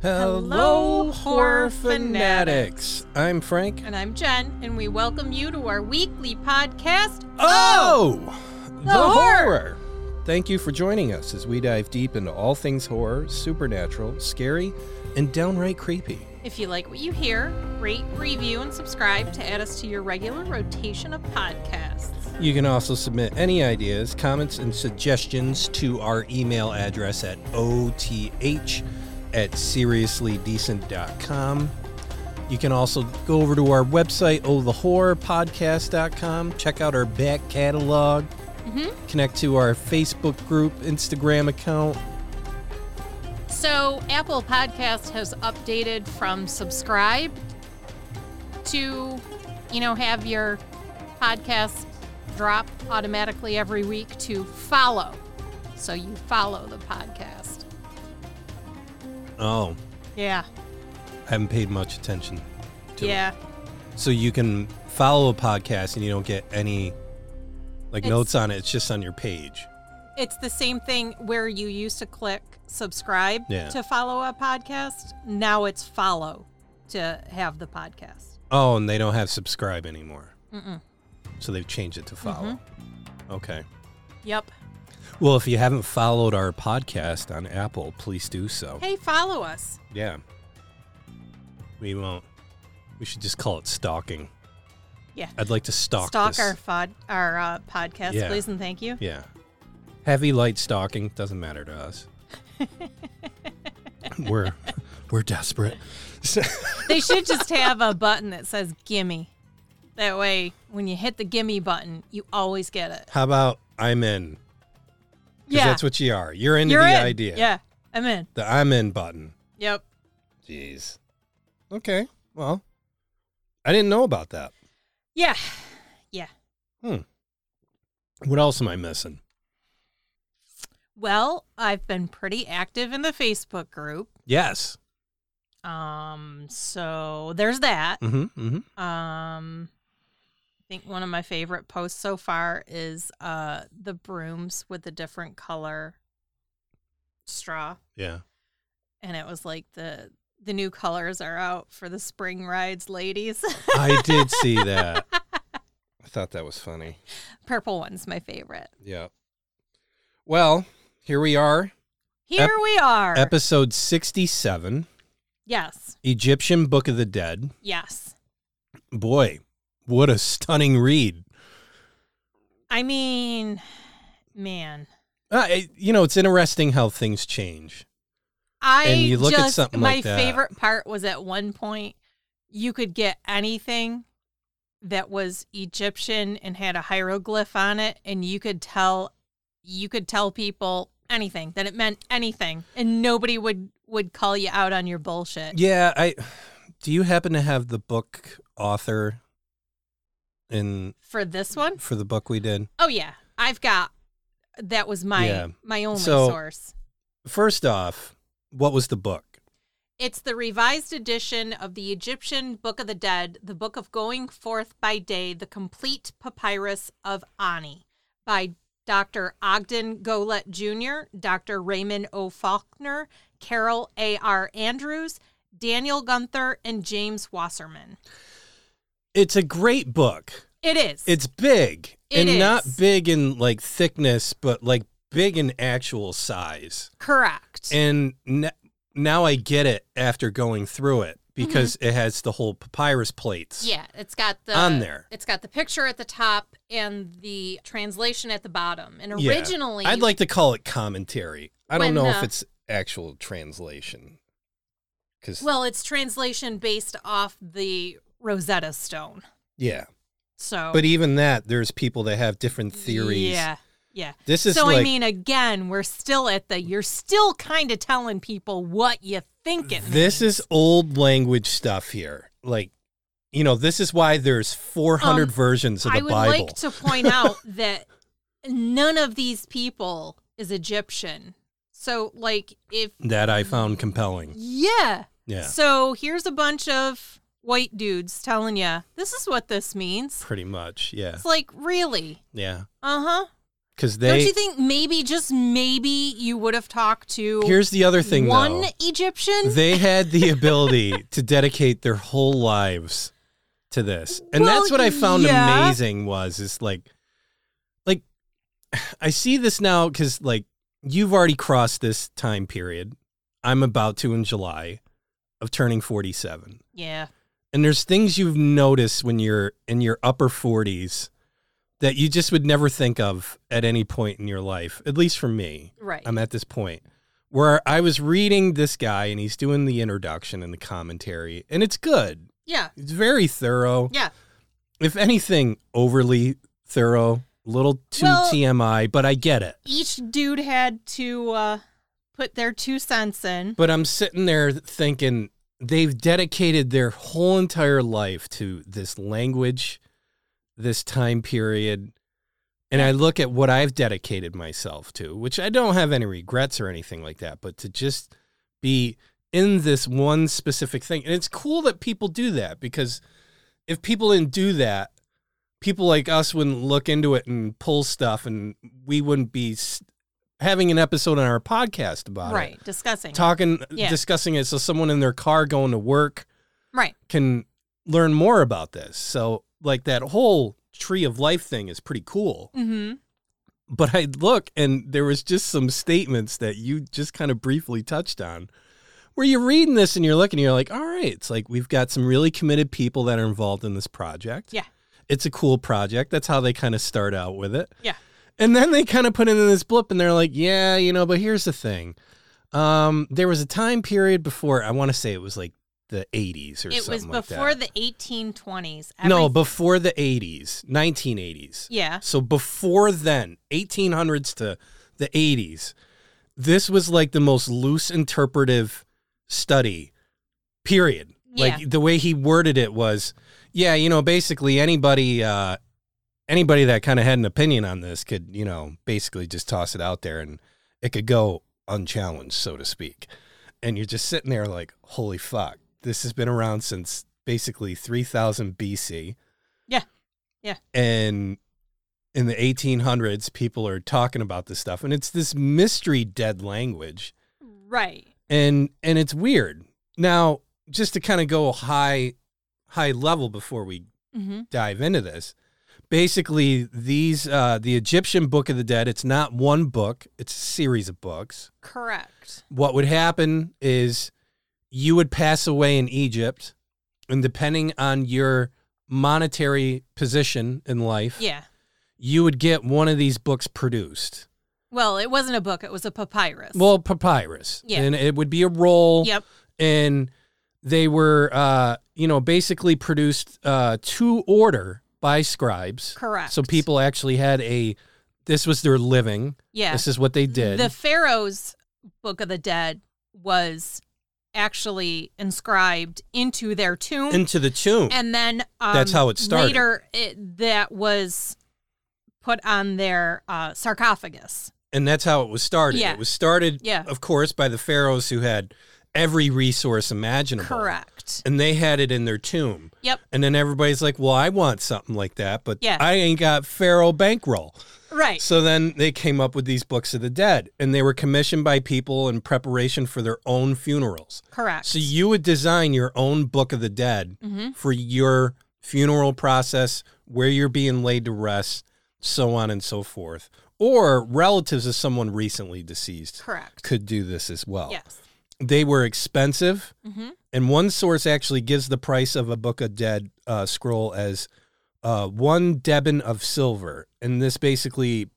Hello, horror fanatics. I'm Frank. And I'm Jen, and we welcome you to our weekly podcast. Oh, the, horror. horror. Thank you for joining us as we dive deep into all things horror, supernatural, scary, and downright creepy. If you like what you hear, rate, review, and subscribe to add us to your regular rotation of podcasts. You can also submit any ideas, comments, and suggestions to our email address at oth at seriouslydecent.com. You can also go over to our website, ohthehorrorpodcast.com, check out our back catalog, connect to our Facebook group, Instagram account. So, Apple Podcast has updated from subscribe to, you know, have your podcast drop automatically every week to follow. So you follow the podcast. Oh, Yeah. I haven't paid much attention to it. yeah. So you can follow a podcast and you don't get any like It's- notes on it. It's just on your page. It's the same thing where you used to click subscribe Yeah. to follow a podcast. Now it's follow to have the podcast. Oh, and they don't have subscribe anymore. So they've changed it to Mm-hmm. follow. Okay. Yep. Well, if you haven't followed our podcast on Apple, please do so. Hey, follow us. Yeah. We won't. We should just call it stalking. Yeah. I'd like to stalk. Stalk this- our, fod- our uh, podcast, Yeah. please, and thank you. Yeah. Heavy light stalking doesn't matter to us. we're we're desperate. they should just have a button that says gimme. That way, when you hit the gimme button, you always get it. How about I'm in? 'Cause Yeah. that's what you are. You're into You're the in. idea. Yeah. I'm in. The I'm in button. Yep. Jeez. Okay. Well, I didn't know about that. Yeah. Yeah. What else am I missing? Well, I've been pretty active in the Facebook group. Yes. Um, so there's that. Mm-hmm. Mm-hmm. Um, I think one of my favorite posts so far is uh the brooms with the different color straw, Yeah. and it was like the the new colors are out for the spring rides, ladies. I did see that. I thought that was funny. Purple one's my favorite. Yeah. Well, here we are, Here we are. episode 67, yes, Egyptian Book of the Dead. yes. Boy, what a stunning read. I mean, man, Uh, it- you know, it's interesting how things change. I And you look at just, something my like that. favorite part was at one point you could get anything that was Egyptian and had a hieroglyph on it and you could tell you could tell people anything that it meant anything and nobody would would call you out on your bullshit. Yeah, I do you happen to have the book author in For this one? for the book we did? Oh yeah. I've got that was my Yeah. my only So- source. First off, what was the book? It's the revised edition of the Egyptian Book of the Dead, the Book of Going Forth by Day, the complete papyrus of Ani by Dr. Ogden Golett Jr., Dr. Raymond O. Faulkner, Carol A.R. Andrews, Daniel Gunther, and James Wasserman. It's a great book. It is. It's big It and not is. big in like thickness, but like big in actual size. correct. And n- now I get it after going through it because it has the whole papyrus plates. Mm-hmm. yeah, it's got the On there. It's got the picture at the top and the translation at the bottom. And Yeah. originally, I'd like to call it commentary. I don't When, know uh, if it's actual translation. Cuz Well, it's translation based off the Rosetta Stone. yeah. So, But even that there's people that have different theories. Yeah, yeah. This is so. I like- mean, again, we're still at the. You're still kind of telling people what you think it. This means. is old language stuff here. Like, you know, this is why there's 400 Um, versions of the I would Bible. like to point out that none of these people is Egyptian. So, like, if that I found compelling. yeah, Yeah, So here's a bunch of white dudes telling you this is what this means. pretty much. Yeah, It's like really, yeah. uh huh. because Don't they. you think maybe, just maybe, you would have talked to here's the other thing, one though. Egyptian? They had the ability to dedicate their whole lives to this, and Well, that's what I found yeah. amazing. Was is like, like, I see this now because like you've already crossed this time period. I'm about to in July of turning 47. yeah. and there's things you've noticed when you're in your upper 40s that you just would never think of at any point in your life at least for me Right. i'm at this point where i was reading this guy and he's doing the introduction and the commentary and it's good yeah. it's very thorough Yeah. if anything overly thorough little too Well- tmi but i get it Each dude had to uh, put their two cents in. but i'm sitting there thinking they've dedicated their whole entire life to this language this time period and i look at what i've dedicated myself to which i don't have any regrets or anything like that but to just be in this one specific thing and it's cool that people do that because if people didn't do that people like us wouldn't look into it and pull stuff and we wouldn't be s- having an episode on our podcast about it Right. Discussing. talking Yeah. discussing it so someone in their car going to work right. can learn more about this so like that whole tree of life thing is pretty cool Mm-hmm. but i look and there was just some statements that you just kind of briefly touched on where you're reading this and you're looking you're like all right it's like we've got some really committed people that are involved in this project Yeah. it's a cool project that's how they kind of start out with it Yeah. and then they kind of put in this blip and they're like, yeah, you know, but here's the thing. Um, there was a time period before, I want to say it was like the 80s or It was something like before that. the 1820s. no, Every- before the 80s, 1980s. yeah. So before then, 1800s to the 80s, this was like the most loose interpretive study, period. Yeah. Like the way he worded it was, yeah, you know, basically anybody, uh, anybody that kind of had an opinion on this could, you know, basically just toss it out there and it could go unchallenged, so to speak. And you're just sitting there like, holy fuck, this has been around since basically 3000 BC. Yeah. Yeah. And in the 1800s, people are talking about this stuff, and it's this mystery dead language, Right. and and it's weird. Now, just to kind of go high high level before we Mm-hmm. dive into this. Basically, these uh, the Egyptian Book of the Dead. It's not one book; it's a series of books. Correct. What would happen is you would pass away in Egypt, and depending on your monetary position in life, Yeah. you would get one of these books produced. Well, it wasn't a book. It was a papyrus. Well, papyrus. Yeah. And it would be a roll. Yep. And they were, uh, you know, basically produced uh, to order by scribes. Correct. So people actually had a, this was their living. Yeah. This is what they did. The Pharaoh's Book of the Dead was actually inscribed into their tomb, into the tomb. and then um, That's how it started. Later, it, that was put on their uh, sarcophagus. and that's how it was started. Yeah. It was started, Yeah. of course, by the pharaohs who had every resource imaginable. Correct. And they had it in their tomb. Yep. And then everybody's like, well, I want something like that, but Yeah. I ain't got pharaoh bankroll. Right. So then they came up with these books of the dead, and they were commissioned by people in preparation for their own funerals. Correct. So you would design your own book of the dead Mhm. for your funeral process, where you're being laid to rest, so on and so forth. Or relatives of someone recently deceased Correct. could do this as well. Yes. They were expensive, hmm and one source actually gives the price of a book of dead uh, scroll as uh, one deben of silver, and this basically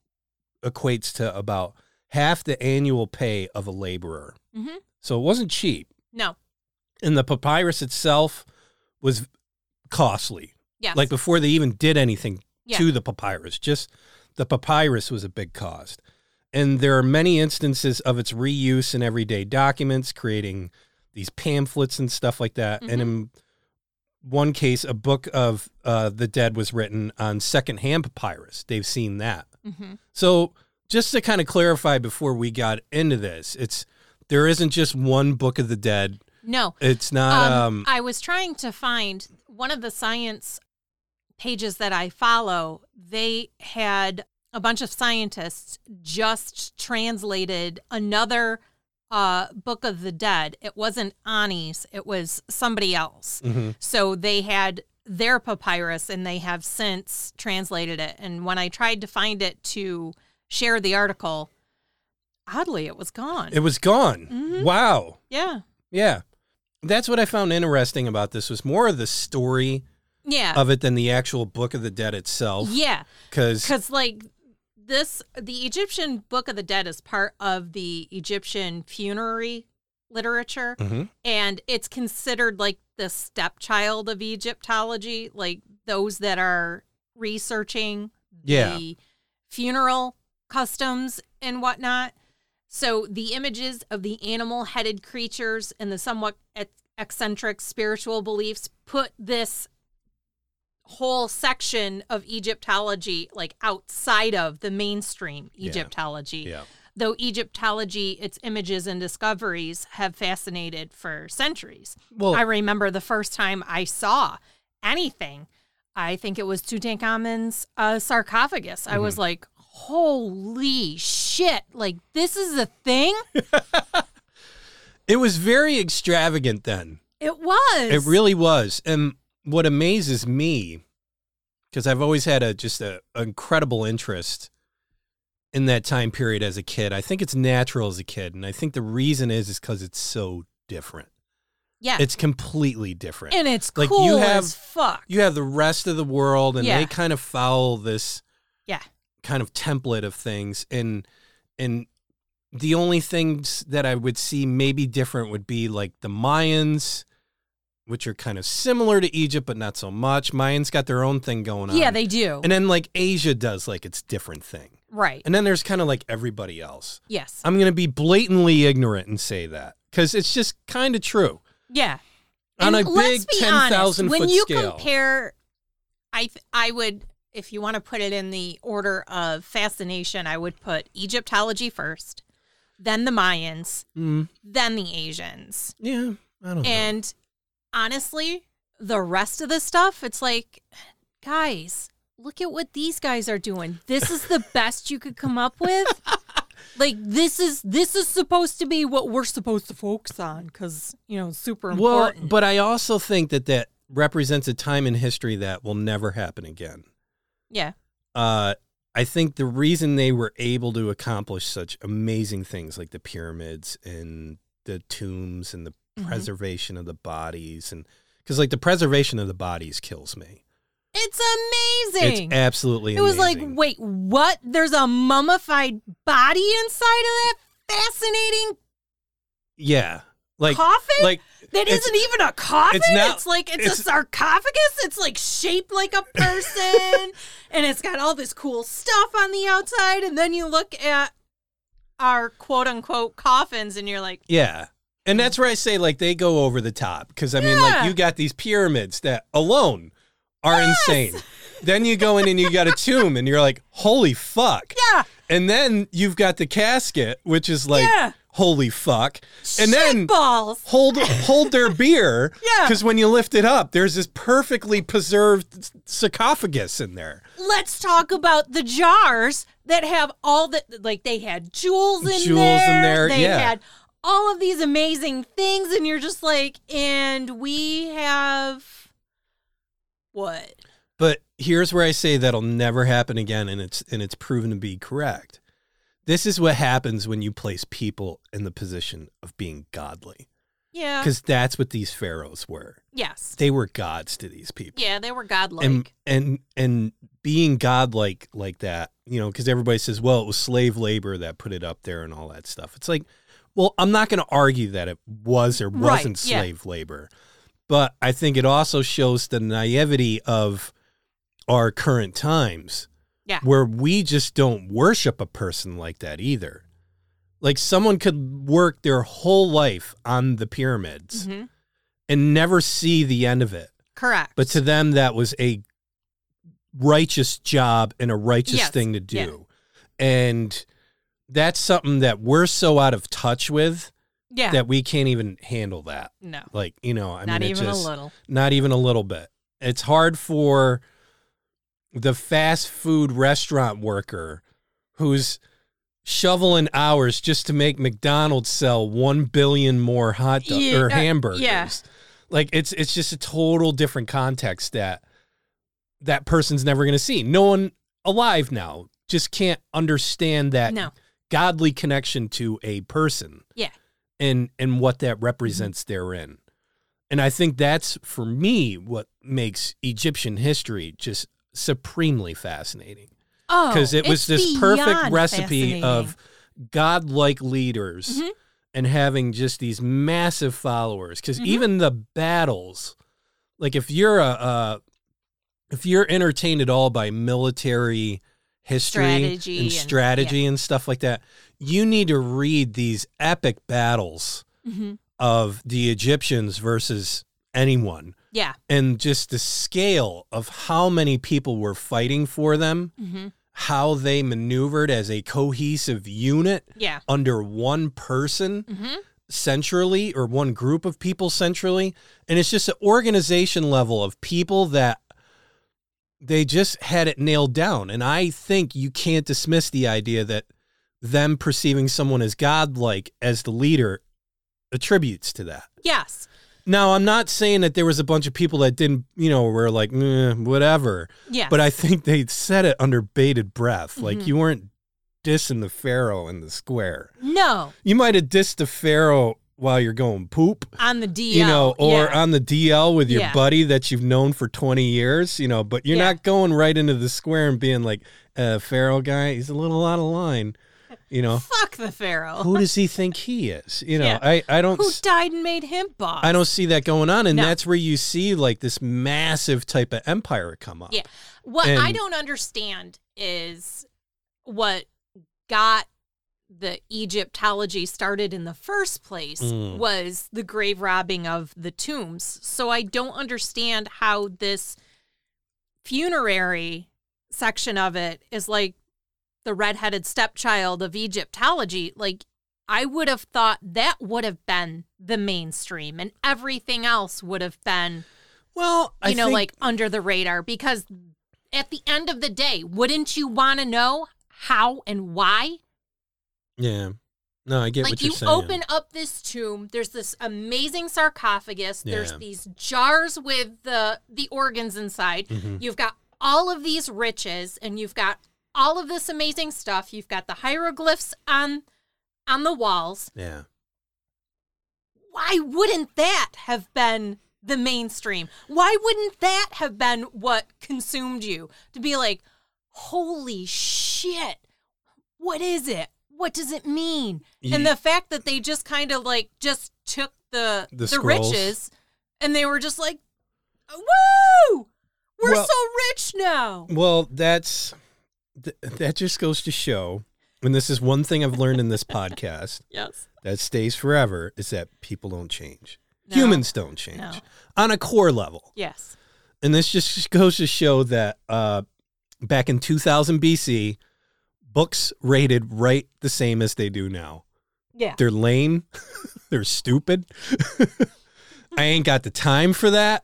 equates to about half the annual pay of a laborer. hmm So it wasn't cheap, No. and the papyrus itself was costly. Yeah. Like before they even did anything Yeah. to the papyrus, just the papyrus was a big cost. And there are many instances of its reuse in everyday documents, creating these pamphlets and stuff like that. Mm-hmm. And in one case, a book of uh, the dead was written on secondhand papyrus. They've seen that. hmm So just to kind of clarify before we got into this, it's there isn't just one book of the dead. No. It's not Um, um, I was trying to find one of the science pages that I follow. They had a bunch of scientists just translated another uh, Book of the Dead. It wasn't Ani's, it was somebody else. hmm So they had their papyrus and they have since translated it. And when I tried to find it to share the article, oddly, it was gone. It was gone. Mhm. Wow. yeah. Yeah. That's what I found interesting about this was more of the story Yeah. of it than the actual Book of the Dead itself. yeah. Because Because, like, this, the Egyptian Book of the Dead is part of the Egyptian funerary literature. and it's considered like the stepchild of Egyptology, like those that are researching Yeah. the funeral customs and whatnot. So the images of the animal headed creatures and the somewhat ec- eccentric spiritual beliefs put this whole section of Egyptology like outside of the mainstream Yeah. Egyptology yeah, though Egyptology, its images and discoveries have fascinated for centuries. well, I remember the first time I saw anything, I think it was Tutankhamen's uh, sarcophagus. I Mm-hmm. was like, holy shit, like this is a thing? it was very extravagant then. It was. It really was. And what amazes me, because I've always had a just a incredible interest in that time period as a kid. I think it's natural as a kid, and I think the reason is is because it's so different. yeah. It's completely different. and it's like, you cool have- as fuck. you have the rest of the world and Yeah. they kind of follow this Yeah. kind of template of things and and the only things that I would see maybe different would be like the Mayans which are kind of similar to Egypt but not so much. Mayans got their own thing going on. yeah, they do. And then like Asia does like its different thing. right. And then there's kind of like everybody else. yes. I'm going to be blatantly ignorant and say that cuz it's just kind of true. yeah. On And a let's big be honest, 10,000 When foot you scale. compare, I th- I would, if you want to put it in the order of fascination, I would put Egyptology first, then the Mayans, Mm, then the Asians, yeah, I don't know. and honestly, the rest of the stuff, it's like, guys, look at what these guys are doing. This is the best you could come up with. Like this is this is supposed to be what we're supposed to focus on because you know it's super Well, important. but I also think that that represents a time in history that will never happen again. yeah, Uh, I think the reason they were able to accomplish such amazing things like the pyramids and the tombs and the Mhm. preservation of the bodies and because like the preservation of the bodies kills me. It's amazing. It's absolutely it was like, amazing. wait, what? There's a mummified body inside of that fascinating yeah, like coffin like that it's- isn't even a coffin. It's, not- like it's, a it's- sarcophagus. It's like shaped like a person, and it's got all this cool stuff on the outside. And then you look at our quote unquote coffins, and you're like, Yeah. And that's where I say like they go over the top because I mean Yeah. like you got these pyramids that alone are insane. Then you go in and you got a tomb and you're like, holy fuck. yeah, And then you've got the casket, which is like, Yeah. holy fuck. And then balls. hold hold their beer. Yeah. Because when you lift it up, there's this perfectly preserved sarcophagus in there. Let's talk about the jars that have all the like they had jewels in Jewels in there. there, They yeah. had all of these amazing things, and you're just like, and we have what? But here's where I say that'll never happen again, and it's and it's proven to be correct. This is what happens when you place people in the position of being godly, Yeah. because that's what these pharaohs were. Yes. They were gods to these people, Yeah, they were godlike. and and and being godlike like that, you know, because everybody says, well, it was slave labor that put it up there and all that stuff. It's like, well, I'm not going to argue that it was or Right, wasn't yeah. slave labor, but I think it also shows the naivety of our current times Yeah. where we just don't worship a person like that either. Like someone could work their whole life on the pyramids Mhm. and never see the end of it. Correct. But to them, that was a righteous job and a righteous Yes, thing to do. And that's something that we're so out of touch with yeah. that we can't even handle that. no. Like, you know, I not mean, it even just- a little. Not even a little bit. It's hard for the fast food restaurant worker who's shoveling hours just to make McDonald's sell 1 billion more hot dogs Yeah, or uh, hamburgers. yeah. Like it's it's just a total different context that that person's never going to see. No one alive now just can't understand that No. godly connection to a person Yeah. and and what that represents therein and i think that's for me what makes egyptian history just supremely fascinating Oh, because it was it's this perfect beyond recipe of fascinating. godlike leaders Mhm. and having just these massive followers because Mhm. even the battles like if you're a uh, if you're entertained at all by military history Strategy and and- strategy and stuff like that you need to read these epic battles Mhm. of the egyptians versus anyone yeah. and just the scale of how many people were fighting for them hmm how they maneuvered as a cohesive unit Yeah. under one person hmm centrally or one group of people centrally. And it's just an organization level of people that they just had it nailed down. And I think you can't dismiss the idea that them perceiving someone as godlike as the leader attributes to that. Yes. Now, I'm not saying that there was a bunch of people that didn't, you know, were like, "Meh, whatever Yes. but I think they said it under bated breath. Mhm. Like you weren't dissing the pharaoh in the square. no You might have dissed the pharaoh while you're going poop, on the DL. you know, or yeah. on the DL with your Yeah. buddy that you've known for 20 years, you know, but you're Yeah. not going right into the square and being like, uh, pharaoh guy, he's a little out of line, you know. fuck the pharaoh Who does he think he is? You know, Yeah. I, I don't who s- died and made him boss. I don't see that going on, and No. that's where you see like this massive type of empire come up. Yeah. What I And- don't understand is what got the Egyptology started in the first place Mm. was the grave robbing of the tombs. So I don't understand how this funerary section of it is like the redheaded stepchild of Egyptology. Like I would have thought that would have been the mainstream and everything else would have been Well, I you know, think- like under the radar because at the end of the day, wouldn't you want to know how and why? Yeah. No, I get Like what you're you saying. open up this tomb, there's this amazing sarcophagus, there's Yeah. these jars with the the organs inside. Mhm. You've got all of these riches and you've got all of this amazing stuff. You've got the hieroglyphs on on the walls. Yeah. why wouldn't that have been the mainstream? Why wouldn't that have been what consumed you to be like, holy shit, what is it? What does it mean? And Ye- the fact that they just kind of like just took the The the, scrolls. riches and they were just like, woo, we're Well- so rich now. Well, that's th- that just goes to show, and this is one thing I've learned in this podcast Yes. that stays forever is that people don't change. No. Humans don't change No. on a core level. Yes. And this just goes to show that uh, back in 2000 BC, books rated right the same as they do now. Yeah. They're lame. They're stupid. I ain't got the time for that.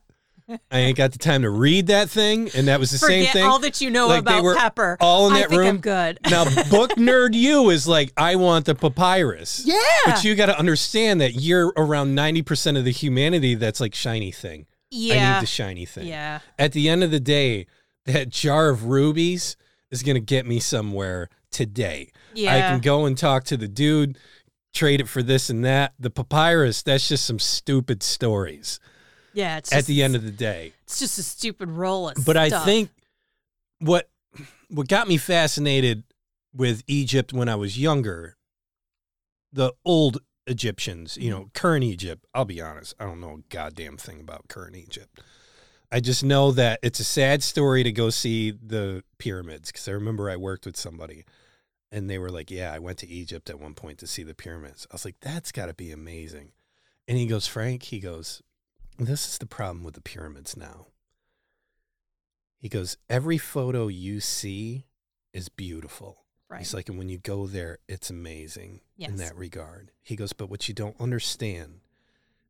I ain't got the time to read that thing. And that was the Forget same thing. all that you know Like, they about were Pepper. all in I that think I'm room. good. now, book nerd you is like, I want the papyrus. yeah. But you got to understand that you're around 90% of the humanity that's like shiny thing. I yeah. need the shiny thing. Yeah. At the end of the day, that jar of rubies is going to get me somewhere today. Yeah. I can go and talk to the dude, trade it for this and that. The papyrus, that's just some stupid stories Yeah, it's at the end of the day. it's just a stupid roll. Of But I stuff. think what what got me fascinated with Egypt when I was younger, the old Egyptians, you know, current Egypt, I'll be honest, I don't know a goddamn thing about current Egypt. I just know that it's a sad story to go see the pyramids because I remember I worked with somebody and they were like, Yeah, I went to Egypt at one point to see the pyramids. I was like, That's got to be amazing. And he goes, Frank, he goes, This is the problem with the pyramids now. He goes, Every photo you see is beautiful. He's like, and when you go there, it's amazing Yes. in that regard. He goes, but what you don't understand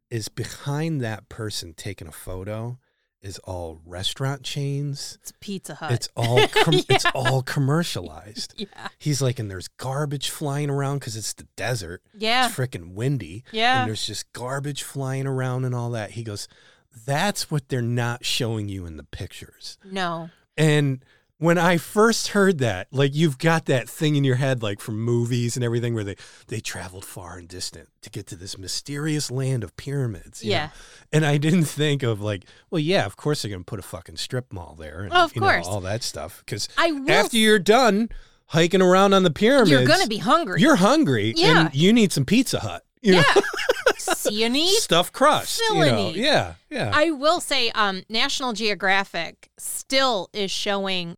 is behind that person taking a photo is all restaurant chains. It's Pizza Hut. It's all com- it's Uh, Yeah. all commercialized. yeah. He's like, and there's garbage flying around because it's the desert. Yeah. It's freaking windy. Yeah. And there's just garbage flying around and all that. He goes, that's what they're not showing you in the pictures. No. And when I first heard that, like you've got that thing in your head, like from movies and everything, where they they traveled far and distant to get to this mysterious land of pyramids. you know? Yeah. And I didn't think of like, well, yeah, of course they're gonna put a fucking strip mall there, and Oh, of you know, course. all that stuff. Because I will. after you're done hiking around on the pyramids, you're going to be hungry. you're hungry, Yeah. and you need some Pizza Hut, you yeah. know, See, you need stuff crust, you know, Felony. yeah, yeah, I will say, um, National Geographic still is showing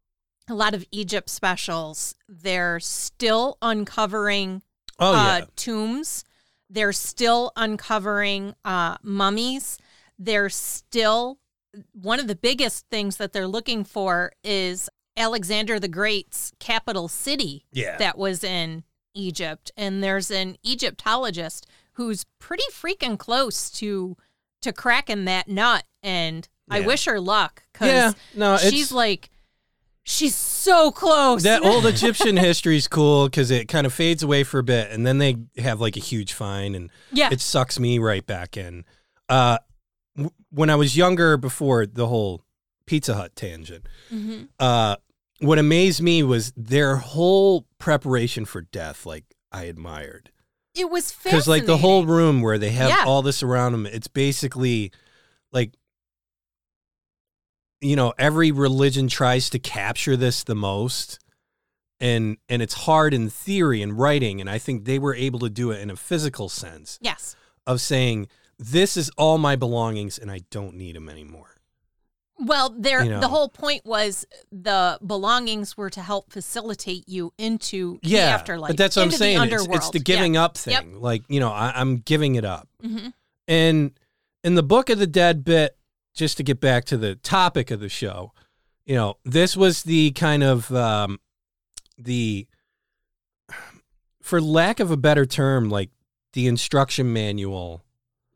a lot of Egypt specials. They're still uncovering oh uh, yeah, tombs. They're still uncovering uh, mummies. They're still one of the biggest things that they're looking for is Alexander the Great's capital city yeah, that was in Egypt. And there's an Egyptologist who's pretty freaking close to to cracking that nut. And I Yeah. wish her luck because yeah. No, it's, she's like, she's so close. That old Egyptian history is cool because it kind of fades away for a bit, and then they have like a huge fine, and yeah. it sucks me right back in. Uh, w- when I was younger, before the whole Pizza Hut tangent, Mhm. uh, what amazed me was their whole preparation for death. Like I admired It was because fascinating. like the whole room where they have Yeah. all this around them, it's basically like. You know, every religion tries to capture this the most and and it's hard in theory and writing and i think they were able to do it in a physical sense Yes. of saying this is all my belongings and i don't need them anymore Well, there You know. the whole point was the belongings were to help facilitate you into the afterlife. but that's what i'm into the saying it's, it's underworld. the Yeah. giving up Yep. thing like you know I, i'm giving it up Mhm. and in the book of the dead bit just to get back to the topic of the show you know this was the kind of um the for lack of a better term like the instruction manual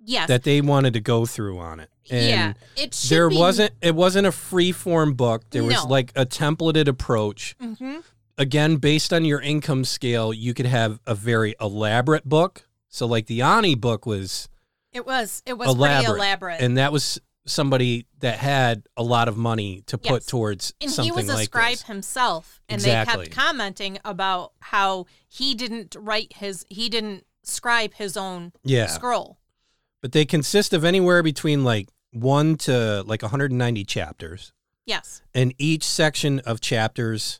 Yes. that they wanted to go through on it. And yeah. It should there be- wasn't it wasn't a free form book. There was No. like a templated approach. Mhm. Again, based on your income scale, you could have a very elaborate book. So like the Ani book was It was it was Elaborate. pretty elaborate. and that was somebody that had a lot of money to put Yes. towards And he something was a like scribe this. himself, and they Exactly. kept commenting about how he didn't write his, he didn't scribe his own Yeah. scroll. But they consist of anywhere between like 1 to like 190 chapters. Yes, and each section of chapters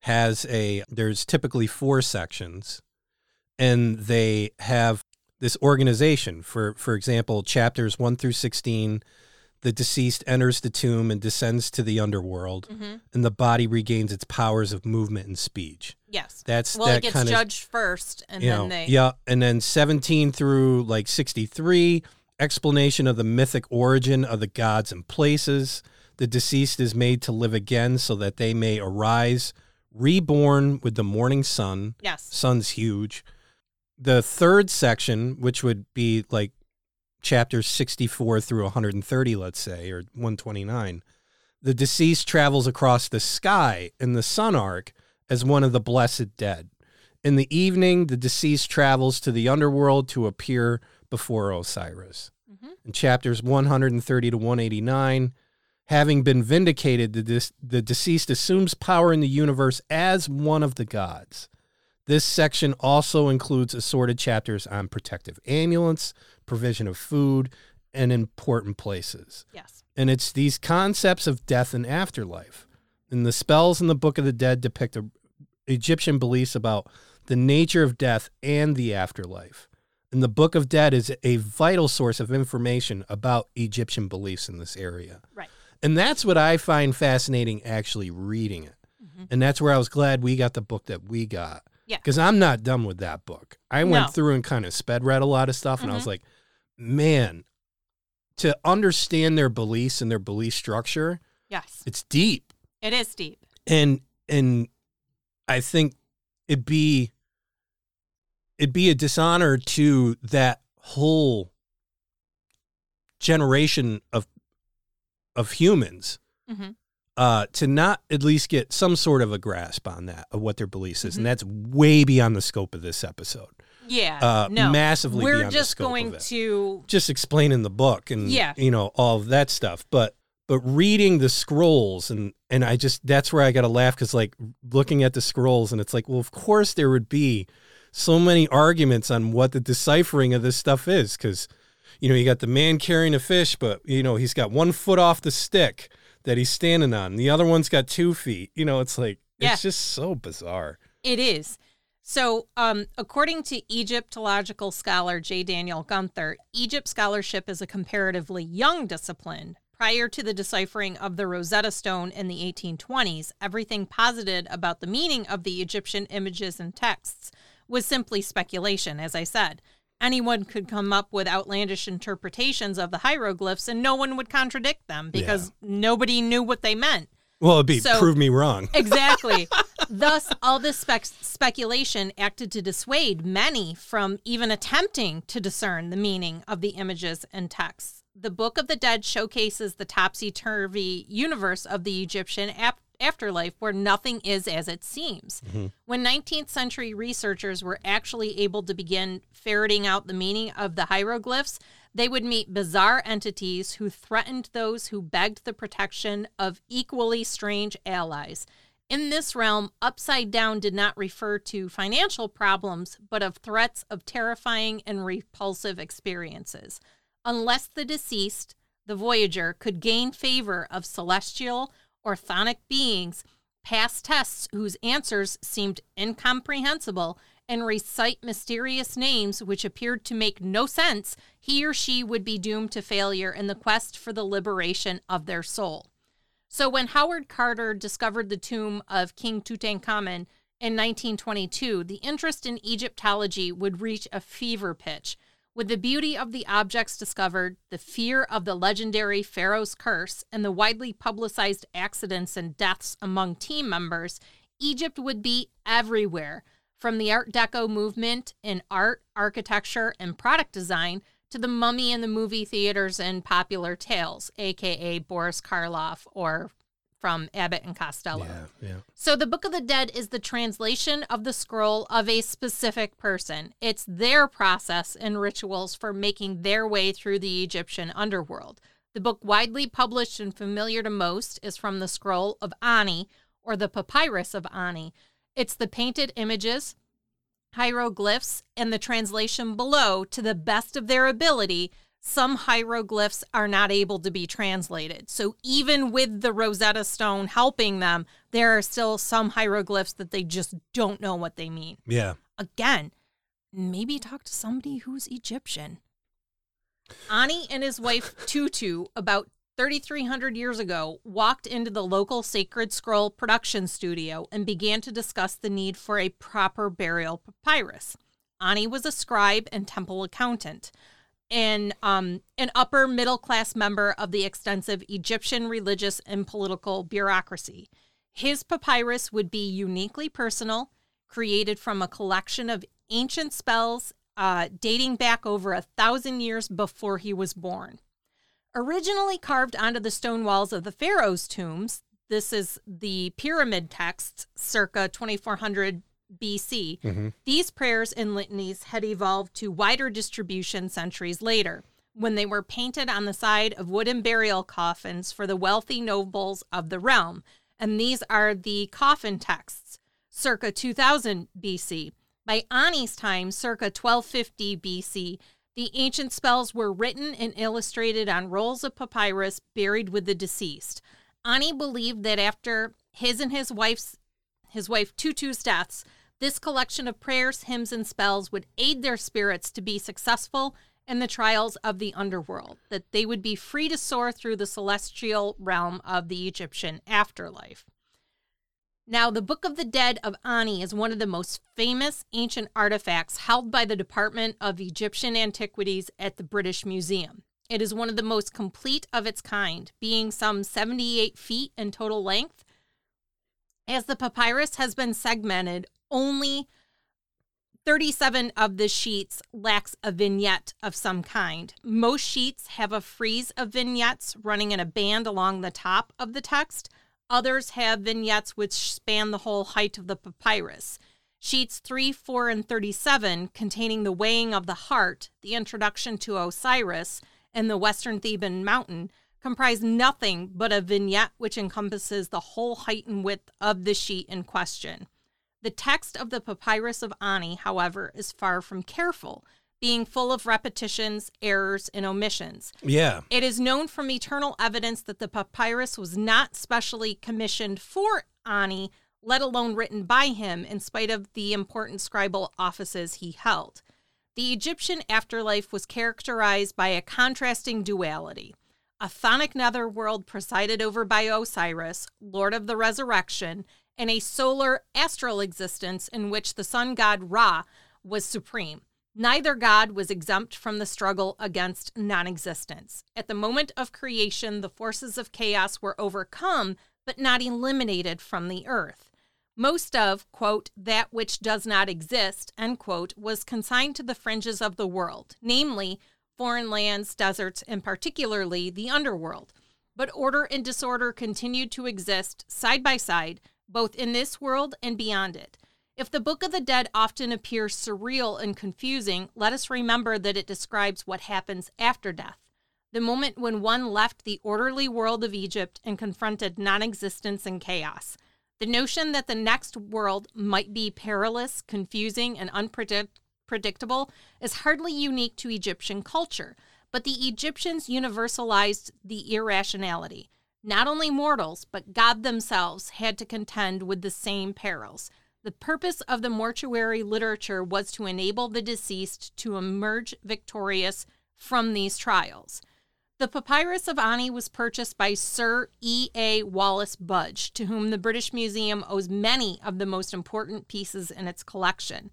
has a there's typically four sections and they have this organization for for example chapters 1 through 16 the deceased enters the tomb and descends to the underworld hmm and the body regains its powers of movement and speech yes. that's well, that it gets kind of judged first, and you then know, they. yeah and then 17 through like 63 explanation of the mythic origin of the gods and places the deceased is made to live again so that they may arise reborn with the morning sun Yes. sun's huge the third section which would be like chapters 64 through 130 let's say or 129 the deceased travels across the sky in the sun arc as one of the blessed dead in the evening the deceased travels to the underworld to appear before osiris Mhm. in chapters 130 to 189 having been vindicated the, dis- the deceased assumes power in the universe as one of the gods this section also includes assorted chapters on protective ambulance, provision of food, and important places. Yes. And it's these concepts of death and afterlife. And the spells in the Book of the Dead depict a, Egyptian beliefs about the nature of death and the afterlife. And the Book of Dead is a vital source of information about Egyptian beliefs in this area. Right. And that's what I find fascinating actually reading it. Mhm. And that's where I was glad we got the book that we got. Yeah. Because I'm not done with that book. I No. Mm-hmm. went through and kind of sped read a lot of stuff and I was like, man, to understand their beliefs and their belief structure, Yes. it's deep. It is deep. And and I think it'd be it'd be a dishonor to that whole generation of of humans hmm uh, to not at least get some sort of a grasp on that of what their beliefs is, Mhm. and that's way beyond the scope of this episode. Yeah. Uh, no. massively We're beyond the just scope going of it. to. Just explaining the book and Yeah. you know all of that stuff, but but reading the scrolls and and I just that's where I got to laugh because like looking at the scrolls and it's like well of course there would be so many arguments on what the deciphering of this stuff is because you know you got the man carrying a fish but you know he's got one foot off the stick that he's standing on the other one's got two feet you know it's like Yeah. it's just so bizarre It is. So, um, according to Egyptological scholar J. Daniel Gunther, Egypt scholarship is a comparatively young discipline. Prior to the deciphering of the Rosetta Stone in the 1820s, everything posited about the meaning of the Egyptian images and texts was simply speculation, as I said. Anyone could come up with outlandish interpretations of the hieroglyphs and no one would contradict them because nobody knew what they meant. well it'd be So- prove me wrong Exactly. Thus, all this spec- speculation acted to dissuade many from even attempting to discern the meaning of the images and texts. The Book of the Dead showcases the topsy turvy universe of the Egyptian ap- afterlife where nothing is as it seems. When 19th century researchers were actually able to begin ferreting out the meaning of the hieroglyphs, they would meet bizarre entities who threatened those who begged the protection of equally strange allies. In this realm, upside down did not refer to financial problems, but of threats of terrifying and repulsive experiences. Unless the deceased, the voyager, could gain favor of celestial or thonic beings, pass tests whose answers seemed incomprehensible, and recite mysterious names which appeared to make no sense, he or she would be doomed to failure in the quest for the liberation of their soul. So when Howard Carter discovered the tomb of King Tutankhamun in 1922, the interest in Egyptology would reach a fever pitch. With the beauty of the objects discovered, the fear of the legendary Pharaoh's curse, and the widely publicized accidents and deaths among team members, Egypt would be everywhere, from the Art Deco movement in art, architecture, and product design to the mummy in the movie theaters and popular tales, aka Boris Karloff or from Abbott and Costello. yeah yeah So the Book of the Dead is the translation of the scroll of a specific person. It's their process and rituals for making their way through the Egyptian underworld. The book widely published and familiar to most is from the scroll of Ani or the papyrus of Ani. It's the painted images, hieroglyphs and the translation below to the best of their ability, some hieroglyphs are not able to be translated. So even with the Rosetta Stone helping them, there are still some hieroglyphs that they just don't know what they mean. yeah Again, maybe talk to somebody who's Egyptian. Ani and his wife Tutu, about 3,300 years ago, walked into the local Sacred Scroll production studio and began to discuss the need for a proper burial papyrus. Ani was a scribe and temple accountant, and um, an upper middle class member of the extensive Egyptian religious and political bureaucracy. His papyrus would be uniquely personal, created from a collection of ancient spells uh, dating back over a thousand years before he was born. Originally carved onto the stone walls of the pharaoh's tombs, this is the pyramid texts circa 2400 BC. These prayers and litanies had evolved to wider distribution centuries later when they were painted on the side of wooden burial coffins for the wealthy nobles of the realm. And these are the coffin texts circa 2000 BC. By Ani's time, circa 1250 BC, the ancient spells were written and illustrated on rolls of papyrus buried with the deceased. Ani believed that after his and his wife's his wife Tutu's deaths, this collection of prayers, hymns, and spells would aid their spirits to be successful in the trials of the underworld, that they would be free to soar through the celestial realm of the Egyptian afterlife. Now, the Book of the Dead of Ani is one of the most famous ancient artifacts held by the Department of Egyptian Antiquities at the British Museum. It is one of the most complete of its kind, being some 78 feet in total length as the papyrus has been segmented only 37 of the sheets lacks a vignette of some kind. Most sheets have a frieze of vignettes running in a band along the top of the text. Others have vignettes which span the whole height of the papyrus. Sheets 3, 4, and 37, containing the weighing of the heart, the introduction to Osiris, and the Western Theban mountain, comprise nothing but a vignette which encompasses the whole height and width of the sheet in question. The text of the Papyrus of Ani, however, is far from careful, being full of repetitions, errors, and omissions. Yeah. It is known from eternal evidence that the papyrus was not specially commissioned for Ani, let alone written by him, in spite of the important scribal offices he held. The Egyptian afterlife was characterized by a contrasting duality a thonic netherworld presided over by Osiris, lord of the resurrection, and a solar astral existence in which the sun god Ra was supreme. Neither god was exempt from the struggle against non existence. At the moment of creation, the forces of chaos were overcome, but not eliminated from the earth. Most of, quote, that which does not exist, end quote, was consigned to the fringes of the world, namely foreign lands, deserts, and particularly the underworld. But order and disorder continued to exist side by side, both in this world and beyond it. If the Book of the Dead often appears surreal and confusing, let us remember that it describes what happens after death the moment when one left the orderly world of Egypt and confronted non existence and chaos. The notion that the next world might be perilous, confusing, and unpredictable is hardly unique to Egyptian culture, but the Egyptians universalized the irrationality. Not only mortals, but God themselves had to contend with the same perils. The purpose of the mortuary literature was to enable the deceased to emerge victorious from these trials. The papyrus of Ani was purchased by Sir E. A. Wallace Budge, to whom the British Museum owes many of the most important pieces in its collection.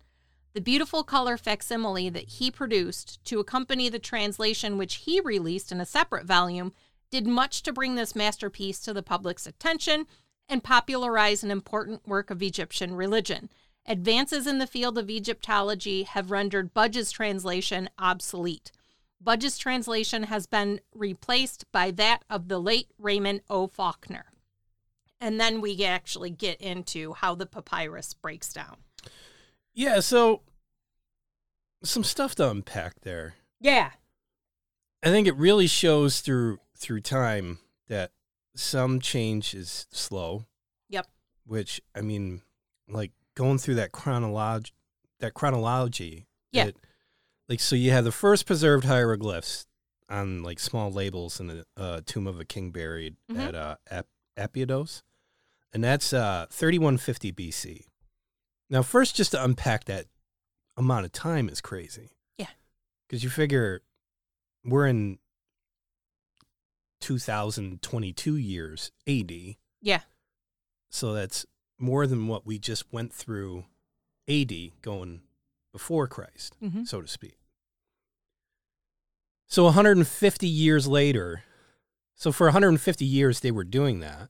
The beautiful color facsimile that he produced to accompany the translation which he released in a separate volume did much to bring this masterpiece to the public's attention and popularize an important work of Egyptian religion. Advances in the field of Egyptology have rendered Budge's translation obsolete. Budge's translation has been replaced by that of the late Raymond O. Faulkner. And then we actually get into how the papyrus breaks down. Yeah. So some stuff to unpack there. Yeah. I think it really shows through through time that some change is slow. Yep. Which I mean, like going through that chronolog that chronology. Yeah. that- like so, you have the first preserved hieroglyphs on like small labels in the uh, tomb of a king buried Mhm. at uh, Ap- Apiados, and that's uh, 3150 BC. Now, first, just to unpack that amount of time is crazy. Yeah. Because you figure we're in 2022 years AD. Yeah. So that's more than what we just went through AD going before Christ, Mhm. so to speak. So 150 years later, so for 150 years they were doing that.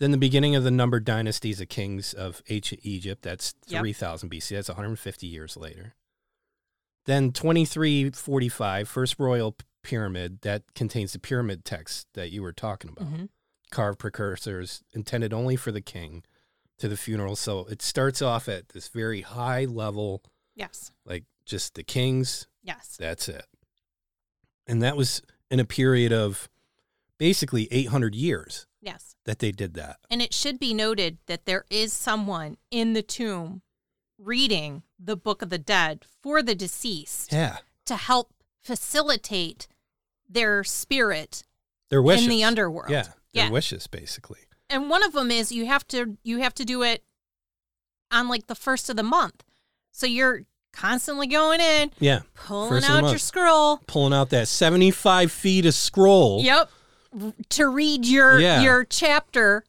Then the beginning of the numbered dynasties of kings of ancient Egypt, that's Yep. 3000 BC, that's 150 years later. Then 2345, first royal p- pyramid, that contains the pyramid text that you were talking about Mhm. carved precursors intended only for the king to the funeral. So it starts off at this very high level, Yes. like just the kings, Yes. that's it. And that was in a period of basically 800 years Yes. that they did that. And it should be noted that there is someone in the tomb reading the Book of the Dead for the deceased Yeah. to help facilitate their spirit Their wishes. in the underworld. Yeah. Their Yeah. wishes, basically. and one of them is you have to you have to do it on like the first of the month. So you're constantly going in, Yeah. pulling First of the out your month. scroll. Pulling out that 75 feet of scroll. Yep. To read your Yeah. your chapter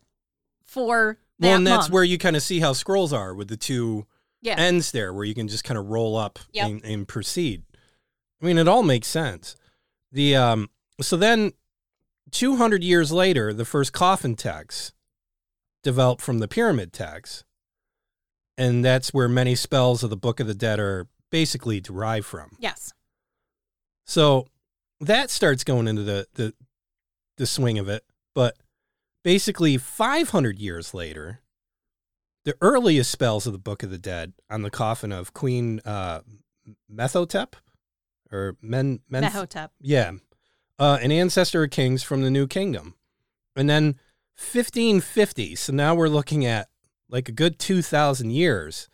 for that Well, and that's month. where you kind of see how scrolls are with the two yeah. ends there where you can just kind of roll up Yep. and, and proceed. I mean, it all makes sense. The um, so then, two hundred years later, the first coffin tax developed from the pyramid tax, and that's where many spells of the Book of the Dead are basically derived from. Yes. So that starts going into the the, the swing of it. But basically, 500 years later, the earliest spells of the Book of the Dead on the coffin of Queen uh, Methotep or Men Men Mehotep. yeah, uh, an ancestor of kings from the New Kingdom, and then 1550. So now we're looking at like a good 2,000 years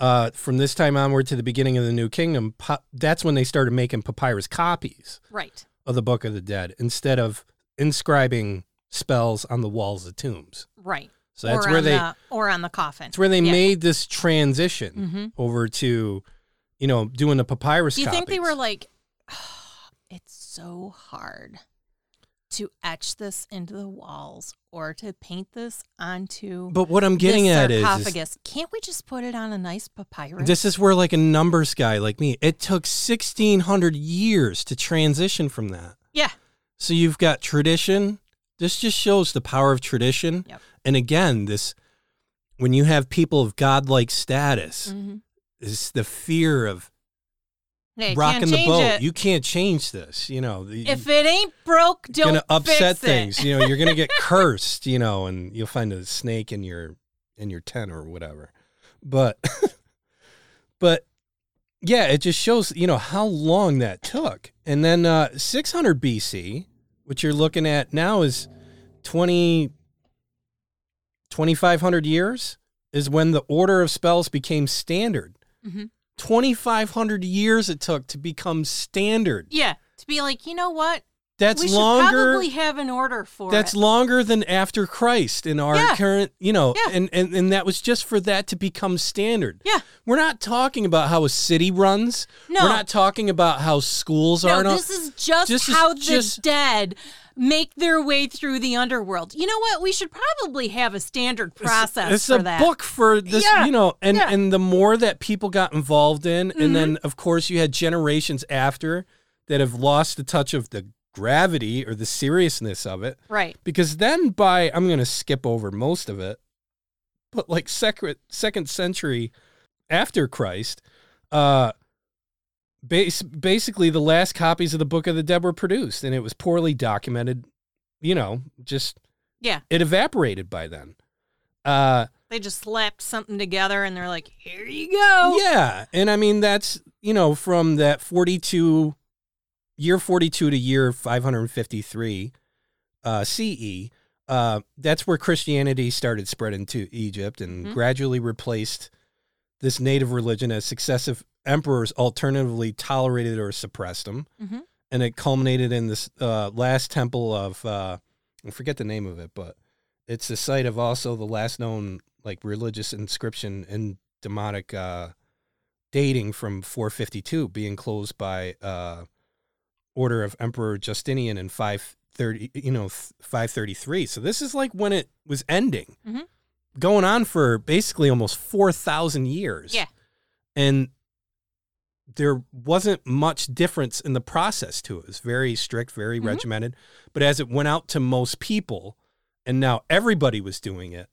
uh, from this time onward to the beginning of the New Kingdom. Pa- that's when they started making papyrus copies Right. of the Book of the Dead instead of inscribing spells on the walls of tombs. Right. So that's or where on they the, or on the coffin. that's where they Yeah. made this transition Mhm. over to, you know, doing the papyrus. Do you think they copies. were like, it's so hard to etch this into the walls or to paint this onto But what I'm getting this at is- is sarcophagus? Can't we just put it on a nice papyrus? This is where, like, a numbers guy like me, it took 1600 years to transition from that. yeah. So you've got tradition. This just shows the power of tradition. Yep. And again, this, when you have people of godlike status, Mhm. is the fear of Hey, can't rocking the change boat. it. You can't change this. You know, the- if it ain't broke, you're don't going to upset fix it. things. You know, you're going to get cursed, you know, and you'll find a snake in your in your tent or whatever. But but yeah, it just shows, you know, how long that took. And then uh 600 BC, which you're looking at now is 20 2500 years is when the order of spells became standard. Mhm. 2500 years it took to become standard. Yeah. To be like, you know what? That's we longer should probably have an order for that's it. longer than after Christ in our Yeah. current, you know, Yeah. and, and and that was just for that to become standard. Yeah. We're not talking about how a city runs. No. We're not talking about how schools are. and No, all- this is just this is how the just- dead make their way through the underworld. You know what? We should probably have a standard process it's for a that. book for this, Yeah. you know, and Yeah. Mm-hmm. and the more that people got involved in, and then of course you had generations after that have lost the touch of the gravity or the seriousness of it. Right. because then by I'm going to skip over most of it, but like second second century after Christ, uh, base, basically the last copies of the Book of the Dead were produced, and it was poorly documented. You know, just Yeah. it evaporated by then. Uh, They just slapped something together and they're like, here you go. Yeah, and I mean that's you know from that forty-two, year forty-two to year five hundred and fifty-three, uh, CE. Uh, that's where Christianity started spreading to Egypt and Mhm. gradually replaced this native religion as successive emperors alternatively tolerated or suppressed them, Mhm. and it culminated in this uh, last temple of uh, I forget the name of it, but it's the site of also the last known like religious inscription and demonic uh, dating from 452 being closed by uh, order of emperor justinian in 530 you know th- 533 so this is like when it was ending Mhm. going on for basically almost 4000 years Yeah. and there wasn't much difference in the process to it. It was very strict, very Mhm. regimented. But as it went out to most people, and now everybody was doing it,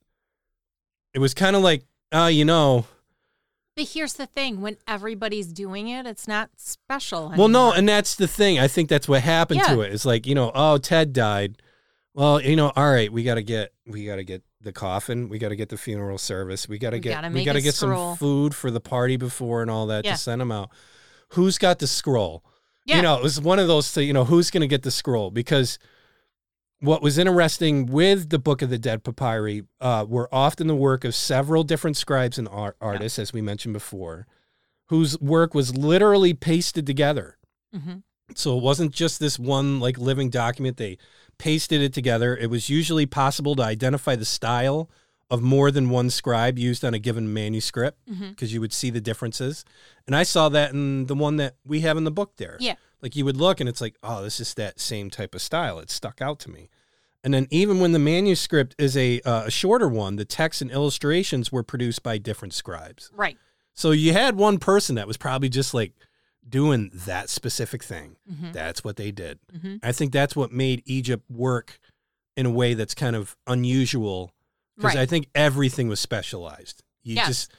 it was kind of like, uh, you know, But here's the thing when everybody's doing it, it's not special. well, no, anymore. and that's the thing. I think that's what happened to it. It's like, you know, oh, Ted died. Well, you know, all right, we gotta get, we gotta get the coffin, we gotta get the funeral service, we gotta We get, gotta we make gotta a get scroll. some food for the party before and all that Yeah. to send them out. Who's got the scroll? Yeah. you know, it was one of those, th- you know, who's going to get the scroll? Because what was interesting with the Book of the Dead papyri uh, were often the work of several different scribes and ar- artists, as we mentioned before, whose work was literally pasted together. Mhm. So it wasn't just this one like living document. They pasted it together. It was usually possible to identify the style of more than one scribe used on a given manuscript Mhm. because you would see the differences. And I saw that in the one that we have in the book there. Yeah. Like you would look and it's like, oh, this is that same type of style. It stuck out to me. And then even when the manuscript is a, uh, a shorter one, the text and illustrations were produced by different scribes. Right. So you had one person that was probably just like doing that specific thing. Mhm. That's what they did. Mhm. I think that's what made Egypt work in a way that's kind of unusual because Right. I think everything was specialized. You Yes. just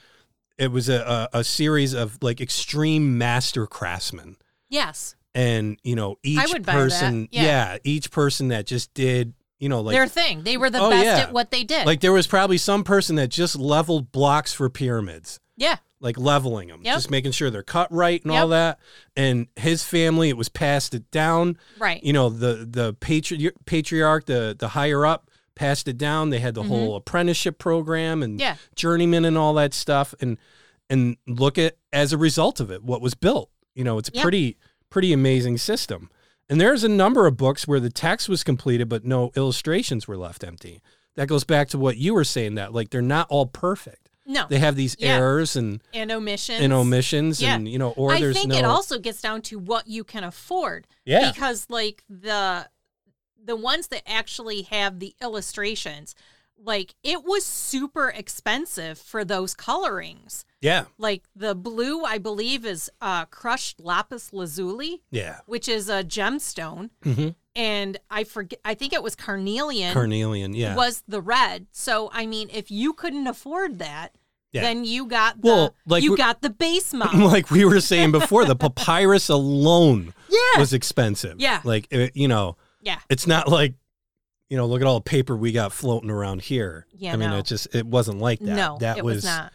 it was a, a a series of like extreme master craftsmen, Yes. and you know each would buy that, person, yeah. each person that just did, you know, like Their thing. They were the Oh, best yeah. at what they did. like there was probably some person that just leveled blocks for pyramids. yeah. like leveling them, Yep. just making sure they're cut right and Yep. all that. And his family, it was passed it down. Right. You know, the the patri- patriarch, the the higher up, passed it down. They had the whole apprenticeship program and Mm-hmm. Yeah. journeyman and all that stuff. And and look at as a result of it, what was built. You know, it's a Yep. pretty pretty amazing system. And there's a number of books where the text was completed, but no illustrations were left empty. That goes back to what you were saying that like they're not all perfect. no. They have these Yeah. errors and and omissions. and omissions Yeah. and you know or I there's think no it also gets down to what you can afford. Yeah. Because like the the ones that actually have the illustrations, like it was super expensive for those colorings. yeah Like the blue, I believe, is uh, crushed lapis lazuli, yeah which is a gemstone, Mhm. and I forget. I think it was carnelian carnelian yeah was the red. So I mean, if you couldn't afford that, Yeah. then you got the Well, like you we- got the base model. like we were saying before the papyrus alone yeah, was expensive Yeah. like it, you know yeah, it's not like you know look at all the paper we got floating around here Yeah, i mean no. it just it wasn't like that no, that it was, not.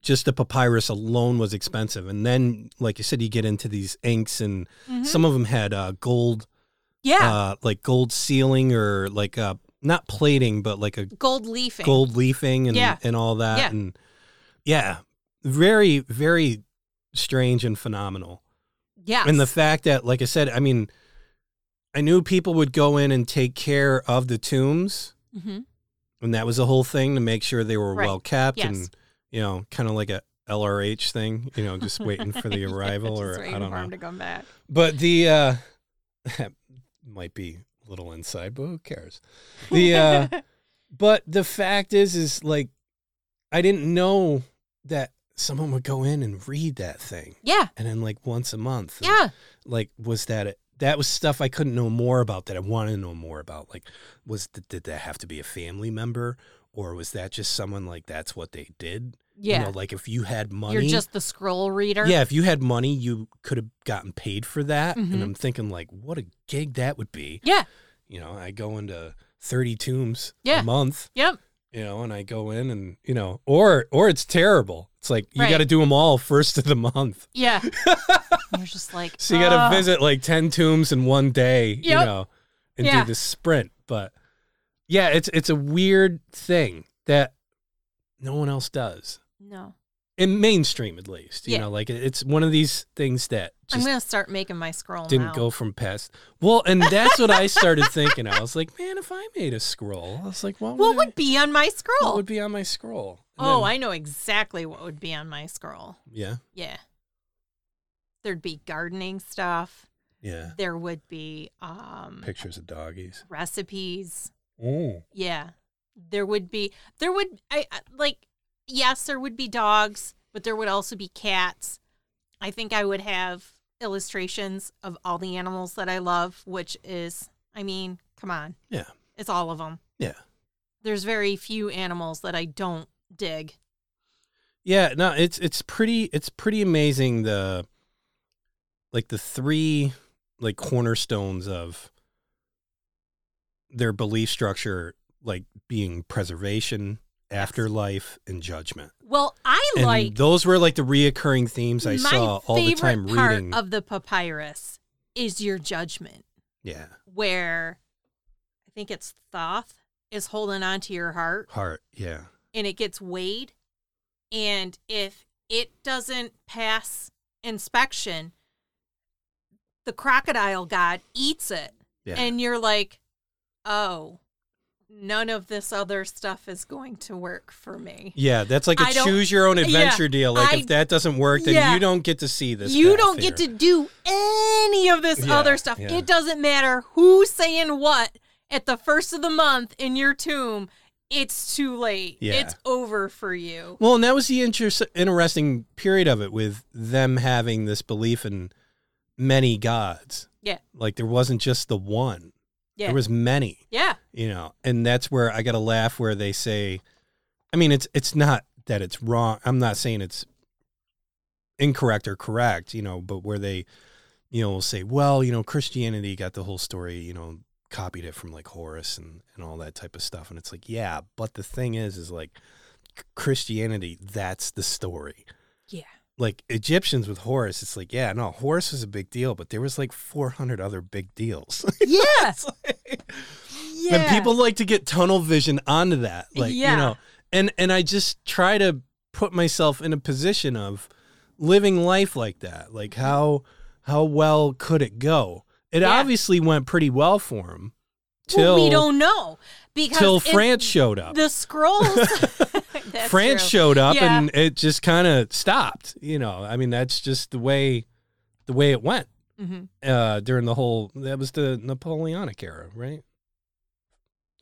just the papyrus alone was expensive and then like you said you get into these inks and some of them had uh, gold Mm-hmm. Yeah, uh, like gold sealing or like uh, not plating but like a gold leafing. gold leafing and Yeah. and all that Yeah. and yeah very very strange and phenomenal Yes. and the fact that like i said i mean i knew people would go in and take care of the tombs Mhm. and that was the whole thing to make sure they were Right. well kept Yes. and you know kind of like a LRH thing, you know, just waiting for the Yeah, arrival just or waiting I don't for know. 'em to come back. But the uh might be a little inside, but who cares? The uh but the fact is is like I didn't know that someone would go in and read that thing yeah, and then like once a month. And, yeah, Like was that it? That was stuff I couldn't know more about that I wanted to know more about. Like was th- did that have to be a family member or was that just someone like that's what they did? yeah. You know, like if you had money You're just the scroll reader. yeah, if you had money, you could have gotten paid for that. Mhm. And I'm thinking, like, what a gig that would be. yeah, You know, I go into 30 tombs Yeah. a month, yep. you know, and I go in and, you know, or or it's terrible. It's like you Right. got to do them all first of the month. Yeah. You're just like, So you got to "Oh." visit like 10 tombs in one day, you Yep. know, and Yeah. do the sprint. But yeah, it's it's a weird thing that no one else does. No, In mainstream at least, you Yeah. know, like it- it's one of these things that just I'm gonna start making my scroll. didn't now. go from past. Well, and that's what I started thinking. I was like, man, if I made a scroll, I was like, what, What would, would be on my I- scroll? what would be on my scroll? And oh, then- I know exactly what would be on my scroll. yeah, Yeah. There'd be gardening stuff. yeah, There would be um pictures of doggies. recipes. Oh, Yeah. There would be there would I I- like yes, there would be dogs, but there would also be cats. I think I would have illustrations of all the animals that I love, which is I mean, come on. Yeah. It's all of them. Yeah. There's very few animals that I don't dig. yeah. No, it's it's pretty it's pretty amazing the like the three like cornerstones of their belief structure, like being preservation, afterlife, and judgment. Well, I And like those were like the reoccurring themes I my saw all the favorite time part reading. of the papyrus is your judgment, yeah, where I think it's Thoth is holding on to your heart heart. Yeah, and it gets weighed. And if it doesn't pass inspection, the crocodile god eats it. yeah, And you're like, oh, none of this other stuff is going to work for me. yeah. That's like a I don't- choose your own yeah, adventure deal. Like I- if that doesn't work, then yeah. you don't get to see this. you path don't here. get to do any of this Yeah, other stuff. yeah. It doesn't matter who's saying what at the first of the month in your tomb. It's too late. Yeah. It's over for you. Well, and that was the inter- interesting period of it with them having this belief in many gods. Yeah. Like there wasn't just the one. Yeah. There was many. yeah. you know and that's where i gotta laugh where they say i mean it's it's not that it's wrong i'm not saying it's incorrect or correct, you know, but where they, you know, will say, well, you know, Christianity got the whole story, you know, copied it from like Horace and, and all that type of stuff. And it's like, yeah, but the thing is, is like C- Christianity, that's the story. Yeah. Like Egyptians with Horus, it's like, yeah, no, Horus was a big deal, but there was like 400 other big deals. Yeah. It's like- yeah. and people like to get tunnel vision onto that like Yeah. you know and and i just try to put myself in a position of living life like that like how how well could it go it Yeah. obviously went pretty well for him till Well, we don't know because till it- france showed up the scrolls. That's france true. showed up Yeah. and it just kind of stopped you know i mean that's just the way the way it went Mhm. uh during the whole that was the napoleonic era right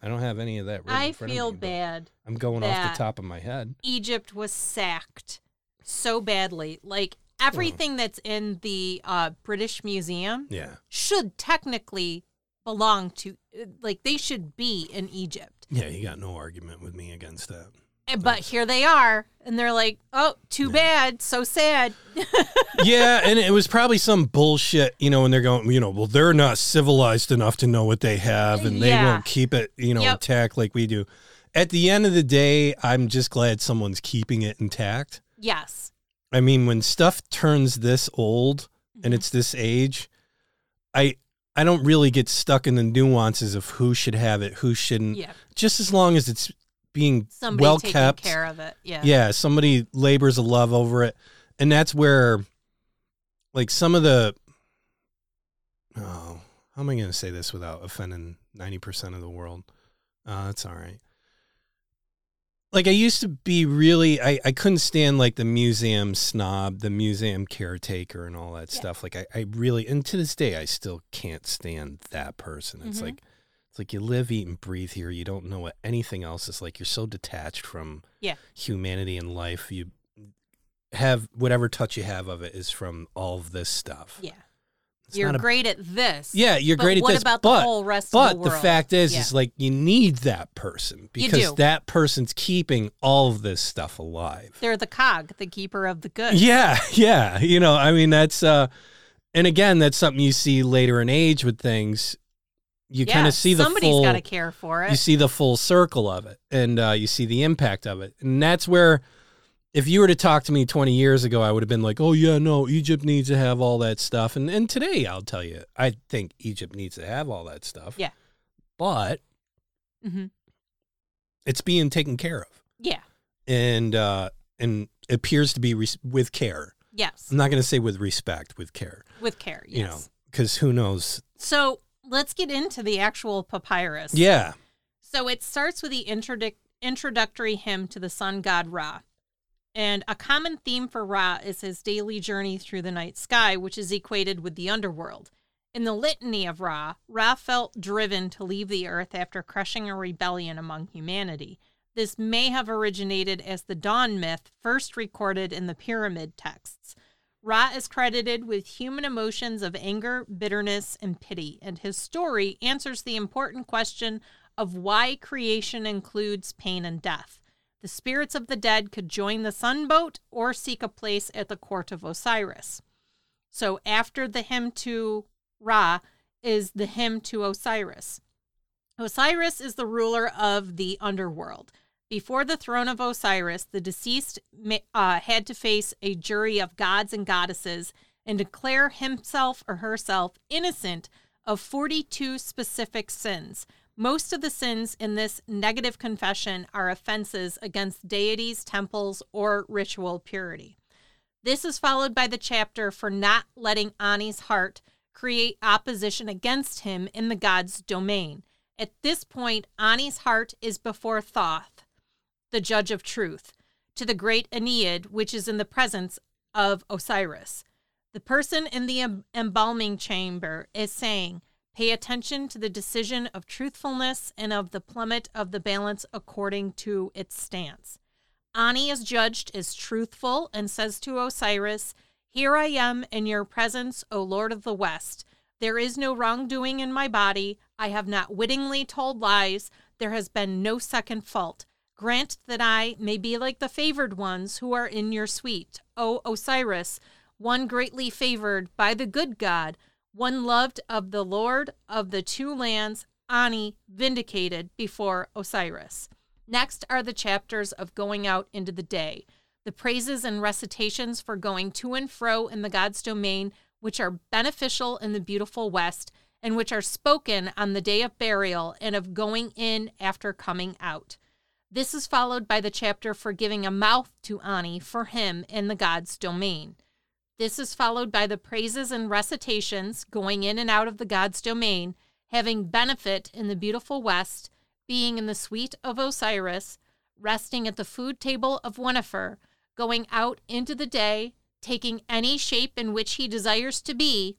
i don't have any of that written I in front of feel me, but- bad. I'm going off that- the top of my head. Egypt was sacked so badly. Like Oh. everything that's in the uh, British Museum Yeah. should technically belong to, like, they should be in Egypt. Yeah, you got no argument with me against that. Eh, But here they are, and they're like, oh, too bad, so sad. yeah, and it was probably some bullshit, you know, and they're going, you know, well, they're not civilized enough to know what they have and they Yeah. won't keep it, you know, Yep. intact like we do. At the end of the day, I'm just glad someone's keeping it intact. Yes. I mean, when stuff turns this old Mm-hmm. and it's this age, I I don't really get stuck in the nuances of who should have it, who shouldn't. Yeah. Just as long as it's being Somebody Mm. well taking kept. care of it. Yeah. yeah somebody labors a love over it and that's where like some of the oh how am i going to say this without offending 90% of the world uh that's all right like i used to be really i, I couldn't stand like the museum snob the museum caretaker and all that Yeah. stuff like I, I really and to this day i still can't stand that person it's Mhm. like it's like you live eat and breathe here you don't know what anything else is like you're so detached from Yeah. humanity and life you have whatever touch you have of it is from all of this stuff Yeah. It's You're not a- great at this. yeah you're but great at what this about but the whole rest but of the world? fact is, Yeah. is like you need that person because do. that person's keeping all of this stuff alive. they're the cog, the keeper of the good. Yeah, yeah. You know, I mean, that's uh, and again, that's something you see later in age with things. You kind of see the somebody's full. got to care for it. you see the full circle of it, and uh, you see the impact of it, and that's where. If you were to talk to me 20 years ago, I would have been like, "Oh yeah, no, Egypt needs to have all that stuff." And and today, I'll tell you, I think Egypt needs to have all that stuff. Yeah. But hmm it's being taken care of Yeah. and uh and appears to be res- with care Yes. i'm not going to say with respect with care With care. Yes. Mm, you know because who knows So let's get into the actual papyrus. yeah So it starts with the introduc- introductory hymn to the sun god Ra. And a common theme for Ra is his daily journey through the night sky, which is equated with the underworld. In the litany of Ra, Ra felt driven to leave the earth after crushing a rebellion among humanity. This may have originated as the dawn myth first recorded in the pyramid texts. Ra is credited with human emotions of anger, bitterness, and pity, and his story answers the important question of why creation includes pain and death. The spirits of the dead could join the sunboat or seek a place at the court of Osiris. So, after the hymn to Ra is the hymn to Osiris. Osiris is the ruler of the underworld. Before the throne of Osiris, the deceased ma- uh, had to face a jury of gods and goddesses and declare himself or herself innocent of 42 specific sins. Most of the sins in this negative confession are offenses against deities, temples, or ritual purity. This is followed by the chapter for not letting Ani's heart create opposition against him in the god's domain. At this point, Ani's heart is before Thoth, the judge of truth, to the great Aeneid, which is in the presence of Osiris. The person in the em- embalming chamber is saying, Pay attention to the decision of truthfulness and of the plummet of the balance according to its stance. Ani is judged as truthful and says to Osiris, Here I am in your presence, O Lord of the West. There is no wrongdoing in my body. I have not wittingly told lies. There has been no second fault. Grant that I may be like the favored ones who are in your suite, O Osiris, one greatly favored by the good God, one loved of the Lord of the two lands, Ani, vindicated before Osiris. Next are the chapters of going out into the day, the praises and recitations for going to and fro in the God's domain, which are beneficial in the beautiful West, and which are spoken on the day of burial and of going in after coming out. This is followed by the chapter for giving a mouth to Ani for him in the God's domain. This is followed by the praises and recitations going in and out of the God's domain, having benefit in the beautiful West, being in the suite of Osiris, resting at the food table of Winifer, going out into the day, taking any shape in which he desires to be,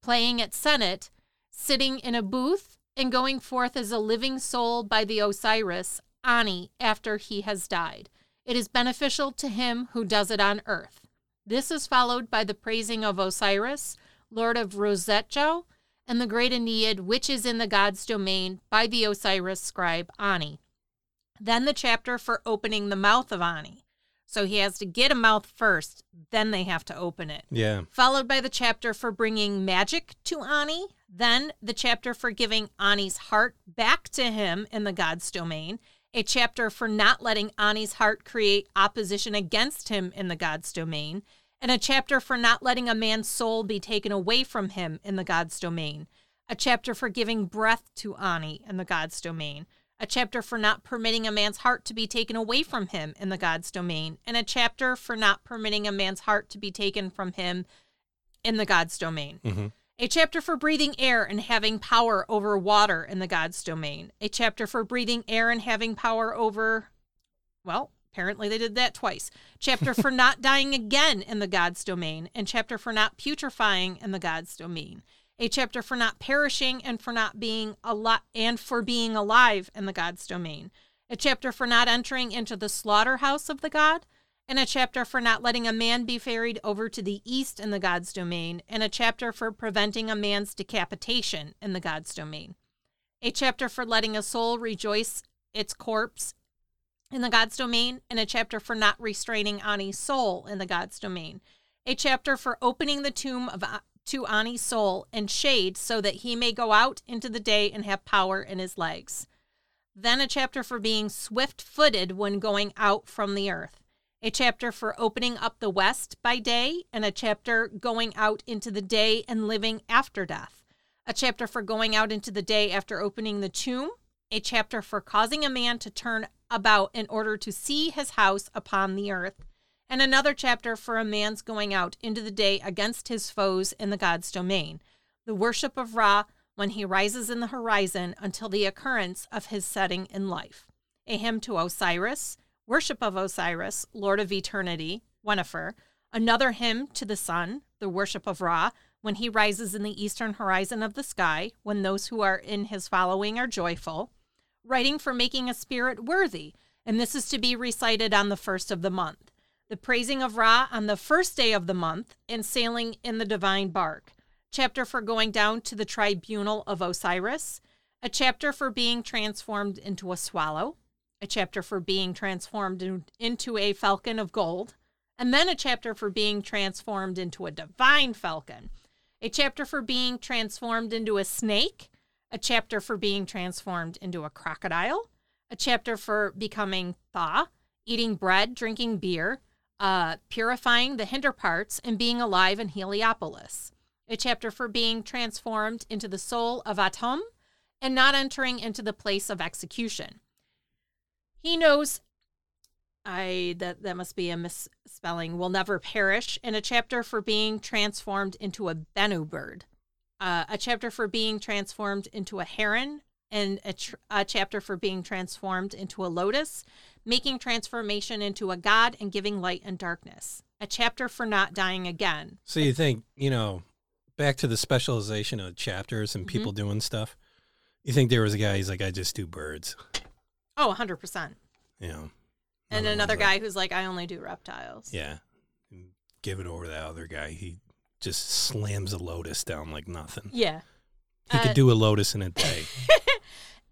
playing at Senate, sitting in a booth, and going forth as a living soul by the Osiris, Ani, after he has died. It is beneficial to him who does it on earth. This is followed by the praising of Osiris, lord of Rosetjo, and the great Aeneid, which is in the god's domain, by the Osiris scribe Ani. Then the chapter for opening the mouth of Ani. So he has to get a mouth first, then they have to open it. Yeah. Followed by the chapter for bringing magic to Ani, then the chapter for giving Ani's heart back to him in the god's domain, a chapter for not letting Ani's heart create opposition against him in the God's domain, and a chapter for not letting a man's soul be taken away from him in the God's domain, a chapter for giving breath to Ani in the God's domain, a chapter for not permitting a man's heart to be taken away from him in the God's domain, and a chapter for not permitting a man's heart to be taken from him in the God's domain. Mm-hmm. A chapter for breathing air and having power over water in the God's domain. A chapter for breathing air and having power over, well, apparently they did that twice. Chapter for not dying again in the God's domain. And chapter for not putrefying in the God's domain. A chapter for not perishing and for not being alive and for being alive in the God's domain. A chapter for not entering into the slaughterhouse of the God and a chapter for not letting a man be ferried over to the east in the god's domain, and a chapter for preventing a man's decapitation in the god's domain, a chapter for letting a soul rejoice its corpse in the god's domain, and a chapter for not restraining Ani's soul in the god's domain, a chapter for opening the tomb of uh, to Ani's soul and shade so that he may go out into the day and have power in his legs. Then a chapter for being swift footed when going out from the earth a chapter for opening up the West by day, and a chapter going out into the day and living after death, a chapter for going out into the day after opening the tomb, a chapter for causing a man to turn about in order to see his house upon the earth, and another chapter for a man's going out into the day against his foes in the God's domain, the worship of Ra when he rises in the horizon until the occurrence of his setting in life, a hymn to Osiris. Worship of Osiris, Lord of Eternity, Wenifer, another hymn to the sun, the worship of Ra, when he rises in the eastern horizon of the sky, when those who are in his following are joyful, writing for making a spirit worthy, and this is to be recited on the first of the month, the praising of Ra on the first day of the month, and sailing in the divine bark, chapter for going down to the tribunal of Osiris, a chapter for being transformed into a swallow, a chapter for being transformed in- into a falcon of gold, and then a chapter for being transformed into a divine falcon, a chapter for being transformed into a snake, a chapter for being transformed into a crocodile, a chapter for becoming thaw, eating bread, drinking beer, uh, purifying the hinder parts, and being alive in Heliopolis, a chapter for being transformed into the soul of Atum and not entering into the place of execution he knows i that that must be a misspelling will never perish in a chapter for being transformed into a benu bird uh, a chapter for being transformed into a heron and a, tr- a chapter for being transformed into a lotus making transformation into a god and giving light and darkness a chapter for not dying again So you think, you know, back to the specialization of chapters and Mm-hmm. people doing stuff. You think there was a guy, he's like, I just do birds, oh 100% you know. and Another another one's like- guy who's like i only do reptiles Yeah. Give it over to that other guy. He just slams a lotus down like nothing. yeah He Uh, could do a lotus in a day.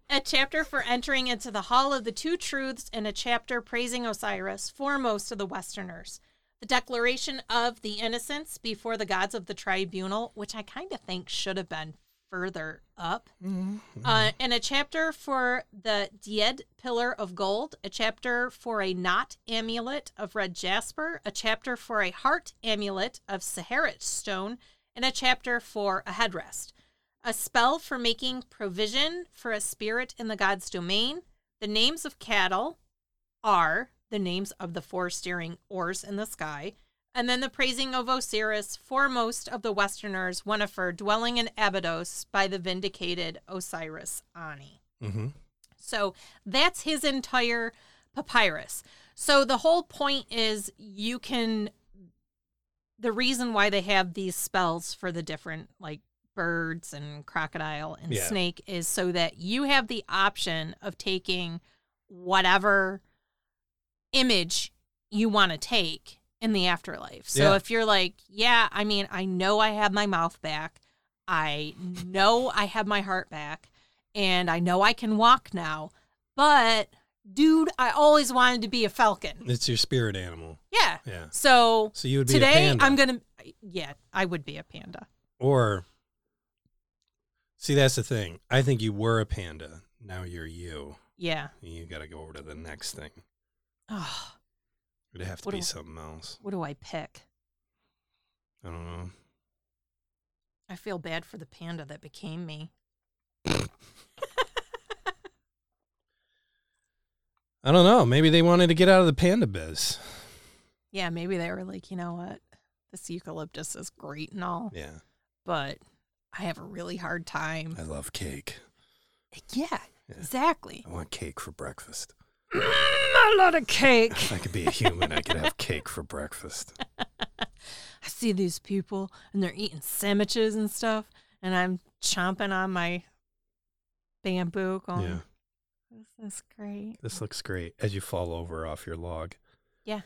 a chapter for entering into the Hall of the Two Truths and a chapter praising Osiris, foremost of the Westerners. The Declaration of the Innocents before the Gods of the Tribunal, which I kind of think should have been further up, uh, and a chapter for the Died Pillar of Gold, a chapter for a knot amulet of red jasper, a chapter for a heart amulet of Saharat stone, and a chapter for a headrest a spell for making provision for a spirit in the god's domain. The names of cattle are the names of the four steering oars in the sky. And then the praising of Osiris, foremost of the Westerners, Winifred, dwelling in Abydos by the vindicated Osiris Ani. Mm-hmm. So that's his entire papyrus. So the whole point is you can the reason why they have these spells for the different like birds and crocodile and Yeah. snake is so that you have the option of taking whatever image you want to take in the afterlife. So Yeah. if you're like, yeah, I mean, I know I have my mouth back. I know I have my heart back and I know I can walk now. But dude, I always wanted to be a falcon. It's your spirit animal. Yeah. Yeah. So So you would be a today panda. I'm going to yeah, I would be a panda. or see that's the thing. I think you were a panda. Now you're you. Yeah. You got to go over to the next thing. Oh, It'd have to What be do- something else. what do I pick? I don't know. I feel bad for the panda that became me. I don't know. Maybe they wanted to get out of the panda biz. Yeah, maybe they were like, you know what? This eucalyptus is great and all, Yeah. but I have a really hard time. I love cake. Yeah, Yeah. Oh. exactly. I want cake for breakfast. Mm, a lot of cake. If I could be a human, I could have cake for breakfast. I see these people and they're eating sandwiches and stuff, and I'm chomping on my bamboo going, Yeah. this is great. This looks great as you fall over off your log. Yeah.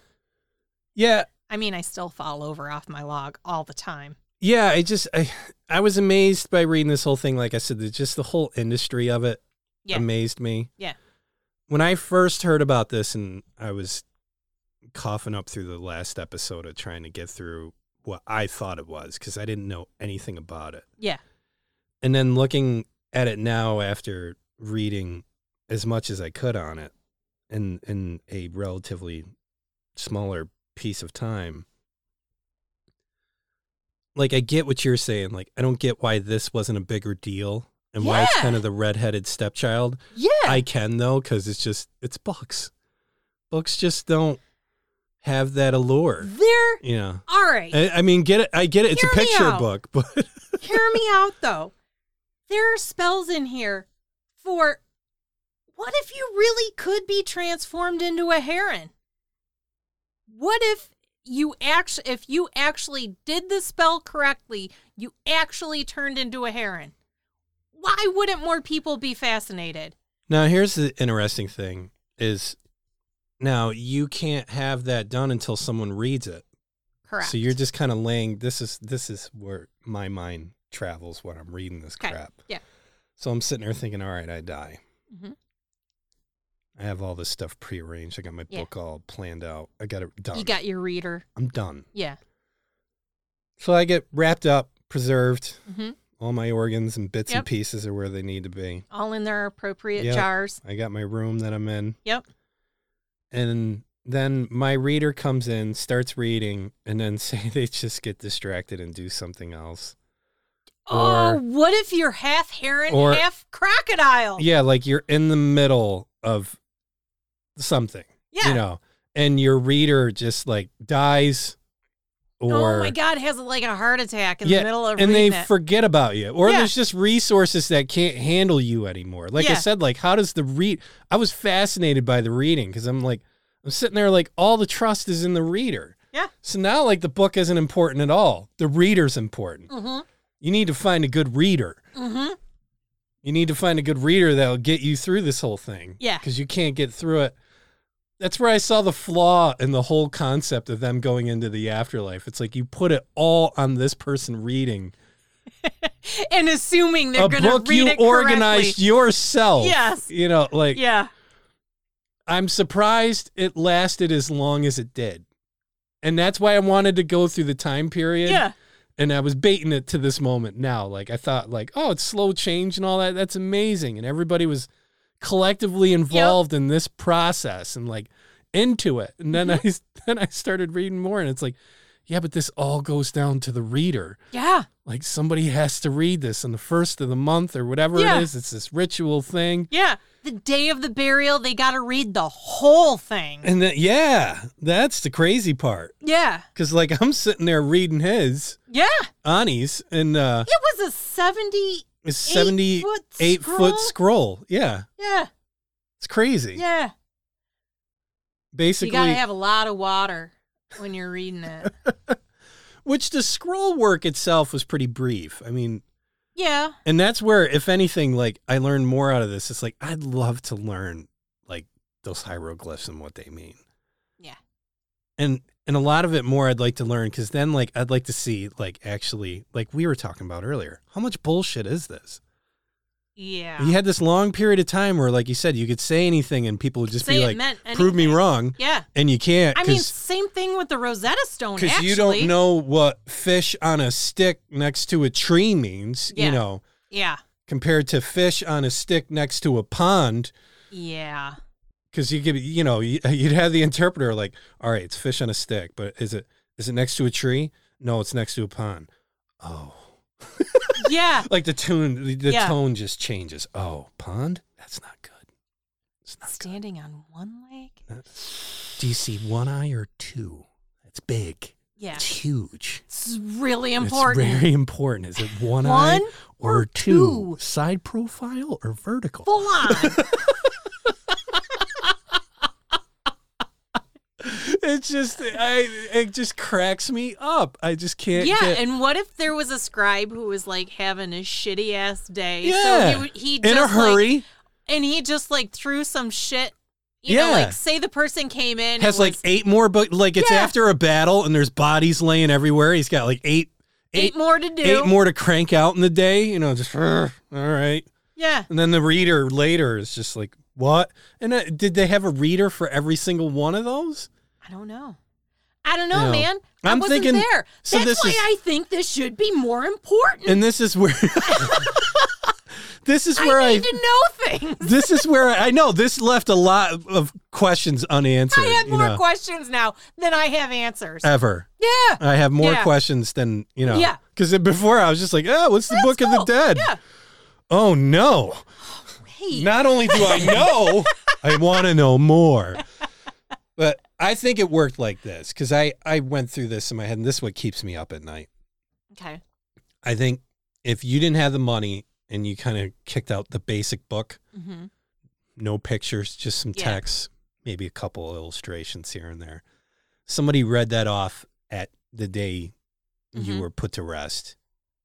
Yeah. I mean, I still fall over off my log all the time. Yeah, I just I I was amazed by reading this whole thing. Like I said, the- just the whole industry of it Yeah. amazed me. Yeah. When I first heard about this and I was coughing up through the last episode of trying to get through what I thought it was because I didn't know anything about it. Yeah. And then looking at it now after reading as much as I could on it in in a relatively smaller piece of time. Like I get what you're saying. Like I don't get why this wasn't a bigger deal and why it's Yeah. kind of the redheaded stepchild. Yeah. I can though, because it's just it's books. Books just don't have that allure. They're You know. all right. I, I mean, get it. I get it. It's a Hear me picture out. book, but Hear me out though. There are spells in here for what if you really could be transformed into a heron? What if you actually if you actually did the spell correctly, you actually turned into a heron? Why wouldn't more people be fascinated? now here's the interesting thing: is now you can't have that done until someone reads it. Correct. So you're just kind of laying. This is this is where my mind travels when I'm reading this 'Kay. crap. Yeah. So I'm sitting there thinking, all right, I die. Mhm. I have all this stuff prearranged. I got my Yeah. book all planned out. I got it done. You got your reader. I'm done. Yeah. So I get wrapped up, preserved. Mhm. All my organs and bits Yep. and pieces are where they need to be. All in their appropriate Yep. jars. I got my room that I'm in. Yep. And then my reader comes in, starts reading, and then say they just get distracted and do something else. oh, Or- what if you're half heron, or- half crocodile? Yeah, like you're in the middle of something, yeah. you know, and your reader just like dies or oh my god has like a heart attack in Yeah, the middle of and they reading it. forget about you or Yeah. there's just resources that can't handle you anymore like i Yeah. said like how does the read i was fascinated by the reading because i'm like i'm sitting there like all the trust is in the reader Yeah. so now like the book isn't important at all the reader's important mm-hmm, you need to find a good reader mm-hmm. you need to find a good reader that'll get you through this whole thing. Yeah. Because you can't get through it. That's where I saw the flaw in the whole concept of them going into the afterlife. It's like you put it all on this person reading and assuming they're a going to book read you it organized correctly. yourself. Yes. You know, like Yeah. I'm surprised it lasted as long as it did. And that's why I wanted to go through the time period. Yeah. And I was baiting it to this moment now. Like I thought like, oh, it's slow change and all that. That's amazing. And everybody was collectively involved in this process and like into it. And then Mm-hmm. I then I started reading more and it's like, yeah, but this all goes down to the reader Yeah. like somebody has to read this on the first of the month or whatever Yeah. it is. It's this ritual thing. Yeah. The day of the burial, they got to read the whole thing. And then, yeah, that's the crazy part. Yeah. Cause like I'm sitting there reading his, Yeah. Ani's, and uh, It was a 70. it's Eight 78 foot eight scroll? foot scroll. Yeah. Yeah. It's crazy. Yeah. Basically, you got to have a lot of water when you're reading it. which the scroll work itself was pretty brief. I mean, yeah. and that's where, if anything, like I learned more out of this. It's like, I'd love to learn like those hieroglyphs and what they mean. Yeah. and and a lot of it more I'd like to learn because then like I'd like to see like actually like we were talking about earlier how much bullshit is this? Yeah. You had this long period of time where like you said you could say anything and people would just Say be it like meant prove me anything." wrong Yeah. and you can't I mean, because same thing with the Rosetta Stone. Actually, you don't know what fish on a stick next to a tree means Yeah. you know Yeah. compared to fish on a stick next to a pond Yeah. because you give you know you- you'd have the interpreter like all right it's fish on a stick but is it is it next to a tree no it's next to a pond oh Yeah. like the tune the, the Yeah. tone just changes oh pond that's not good it's not good Standing on one leg. do you see one eye or two that's big Yeah. it's huge It's really important. it's very important is it one, eye One or, or two? two? side profile or vertical Full on. it's just i it just cracks me up i just can't yeah. get And what if there was a scribe who was like having a shitty ass day? Yeah. So he, would- he just, in a like- hurry and he just like threw some shit. You know, Yeah. like say the person came in and has like was eight more but like it's Yeah. after a battle and there's bodies laying everywhere he's got like eight eight, eight- more to do. eight more to crank out in the day you know just "Ugh, all right Yeah. and then the reader later is just like what and uh, did they have a reader for every single one of those I don't know. I don't know, No. man. I I'm wasn't thinking- there. so That's this why is- I think this should be more important. and this is where this is where I i, need to know things. this is where I, I know this left a lot of questions unanswered I have you more know, Uh, questions now than I have answers. ever yeah. i have more Yeah. questions than you know Yeah. because before i was just like oh what's the book of the cool. dead Yeah. oh no Hey. not only do I know, I want to know more. But I think it worked like this because I, I went through this in my head, and this is what keeps me up at night. Okay. I think if you didn't have the money and you kind of kicked out the basic book, hmm no pictures, just some Yeah. text, maybe a couple illustrations here and there, somebody read that off at the day Mhm. you were put to rest.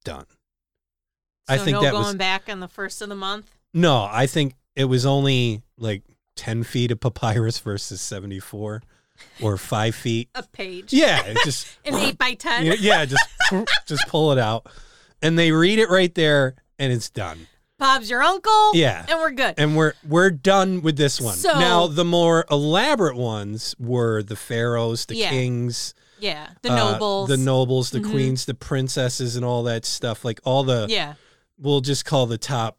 Done. So I think no that going was back on the first of the month. No, I think it was only like 10 feet of papyrus versus 74 or five feet. A page. Yeah, it just, An eight by ten. yeah, yeah, just, just pull it out. And they read it right there and it's done. Bob's your uncle. Yeah. And we're good. And we're, we're done with this one. So- now, the more elaborate ones were the pharaohs, the Yeah. kings, yeah. The uh, nobles. the nobles, the Mhm. queens, the princesses, and all that stuff. Like all the, yeah. we'll just call the top,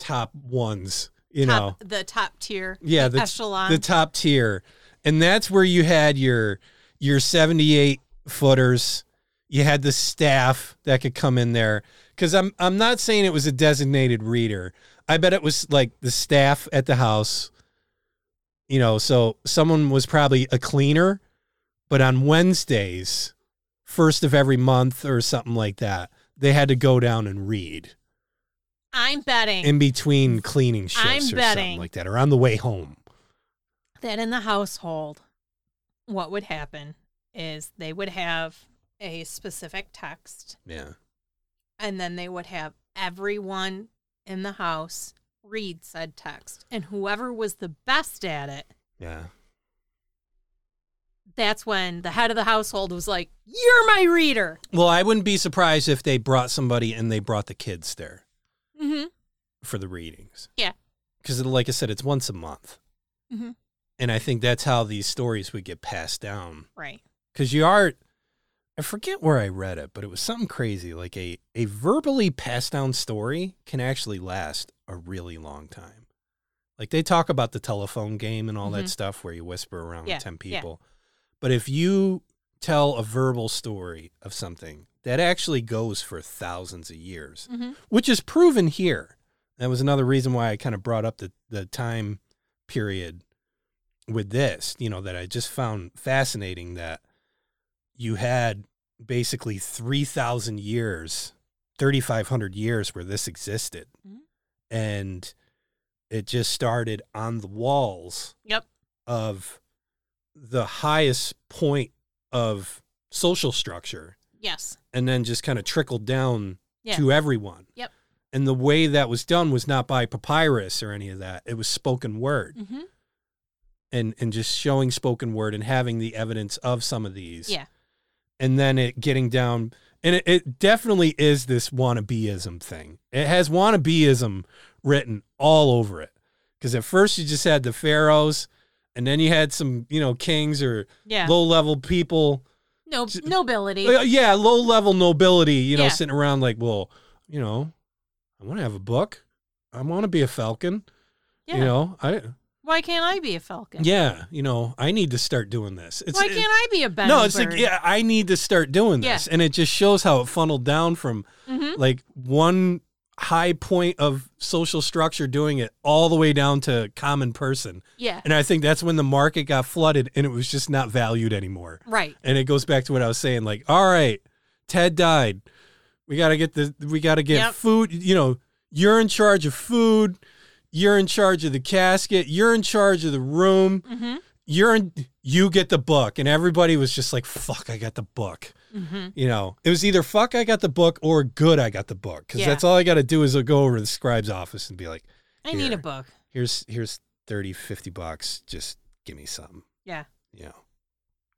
top ones, you know. top, the top tier. yeah The the, echelon. the top tier and that's where you had your your 78 footers you had the staff that could come in there because i'm i'm not saying it was a designated reader i bet it was like the staff at the house you know so someone was probably a cleaner but on wednesdays first of every month or something like that they had to go down and read I'm betting in between cleaning shifts I'm or betting. something like that or on the way home that in the household, what would happen is they would have a specific text yeah and then they would have everyone in the house read said text and whoever was the best at it yeah that's when the head of the household was like, You're my reader. Well, I wouldn't be surprised if they brought somebody and they brought the kids there hmm for the readings. Yeah. Because, like I said, it's once a month. Mhm. And I think that's how these stories would get passed down. Right. Because you are, I forget where I read it, but it was something crazy. Like a, a verbally passed down story can actually last a really long time. Like they talk about the telephone game and all that Mhm. stuff where you whisper around Yeah, 10 yeah. people. But if you tell a verbal story of something, that actually goes for thousands of years hmm which is proven here. That was another reason why I kind of brought up the, the time period with this, you know, that I just found fascinating that you had basically 3,000 years, 3,500 years where this existed. Mhm. And it just started on the walls Yep. of the highest point of social structure Yes. and then just kind of trickled down Yeah. to everyone. Yep. And the way that was done was not by papyrus or any of that. It was spoken word hmm and and just showing spoken word and having the evidence of some of these. Yeah. And then it getting down and it, it definitely is this wannabeism thing. It has wannabeism written all over it. Because at first you just had the pharaohs and then you had some, you know, kings or Yeah. low level people no j- nobility. uh, yeah, low level nobility, you know, Yeah. sitting around like, well, you know, I want to have a book. I want to be a falcon. yeah. You know, I Why can't I be a falcon? yeah, you know, I need to start doing this. It's, Why it- can't I be a Ben? no, it's like yeah, I need to start doing Yeah. this, and it just shows how it funneled down from hmm like one high point of social structure doing it all the way down to common person. Yeah. And I think that's when the market got flooded, and it was just not valued anymore. Right. And it goes back to what I was saying. Like, all right, Ted died. We gotta get the we gotta get Yep. food. You know, you're in charge of food. You're in charge of the casket. You're in charge of the room. hmm You're in. You get the book, and everybody was just like, "Fuck, I got the book." hmm You know, it was either "fuck, I got the book" or "good, I got the book," because Yeah. that's all I got to do is go over to the scribe's office and be like, I need Here. a book. "Here's here's 30, 50 bucks. Just give me some." Yeah. You know.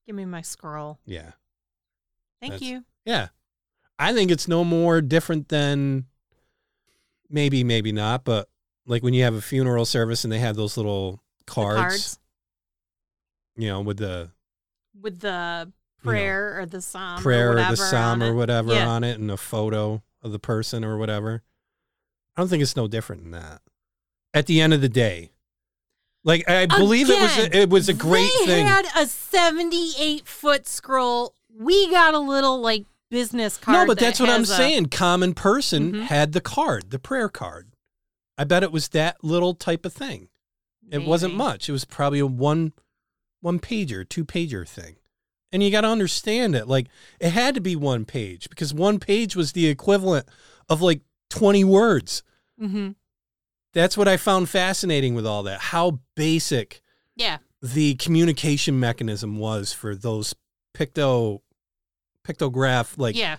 Give me my scroll. Yeah. Thank That's- you. Yeah. I think it's no more different than maybe, maybe not, but like when you have a funeral service and they have those little The cards, cards you know, with the with the prayer or the psalm prayer or, or the whatever psalm on or it. whatever Yeah. on it and a photo of the person or whatever. I don't think it's no different than that. At the end of the day, like I believe it was Again, a, it was a great they thing. had a 78 foot scroll. We got a little like business card. No, but that that's what I'm has a- saying. Common person Mhm. had the card, the prayer card. I bet it was that little type of thing. It wasn't Maybe. much. It was probably a one one pager, two pager thing. And you got to understand it. Like it had to be one page because one page was the equivalent of like 20 words. Mhm. That's what I found fascinating with all that. How basic Yeah. the communication mechanism was for those picto pictograph like yeah.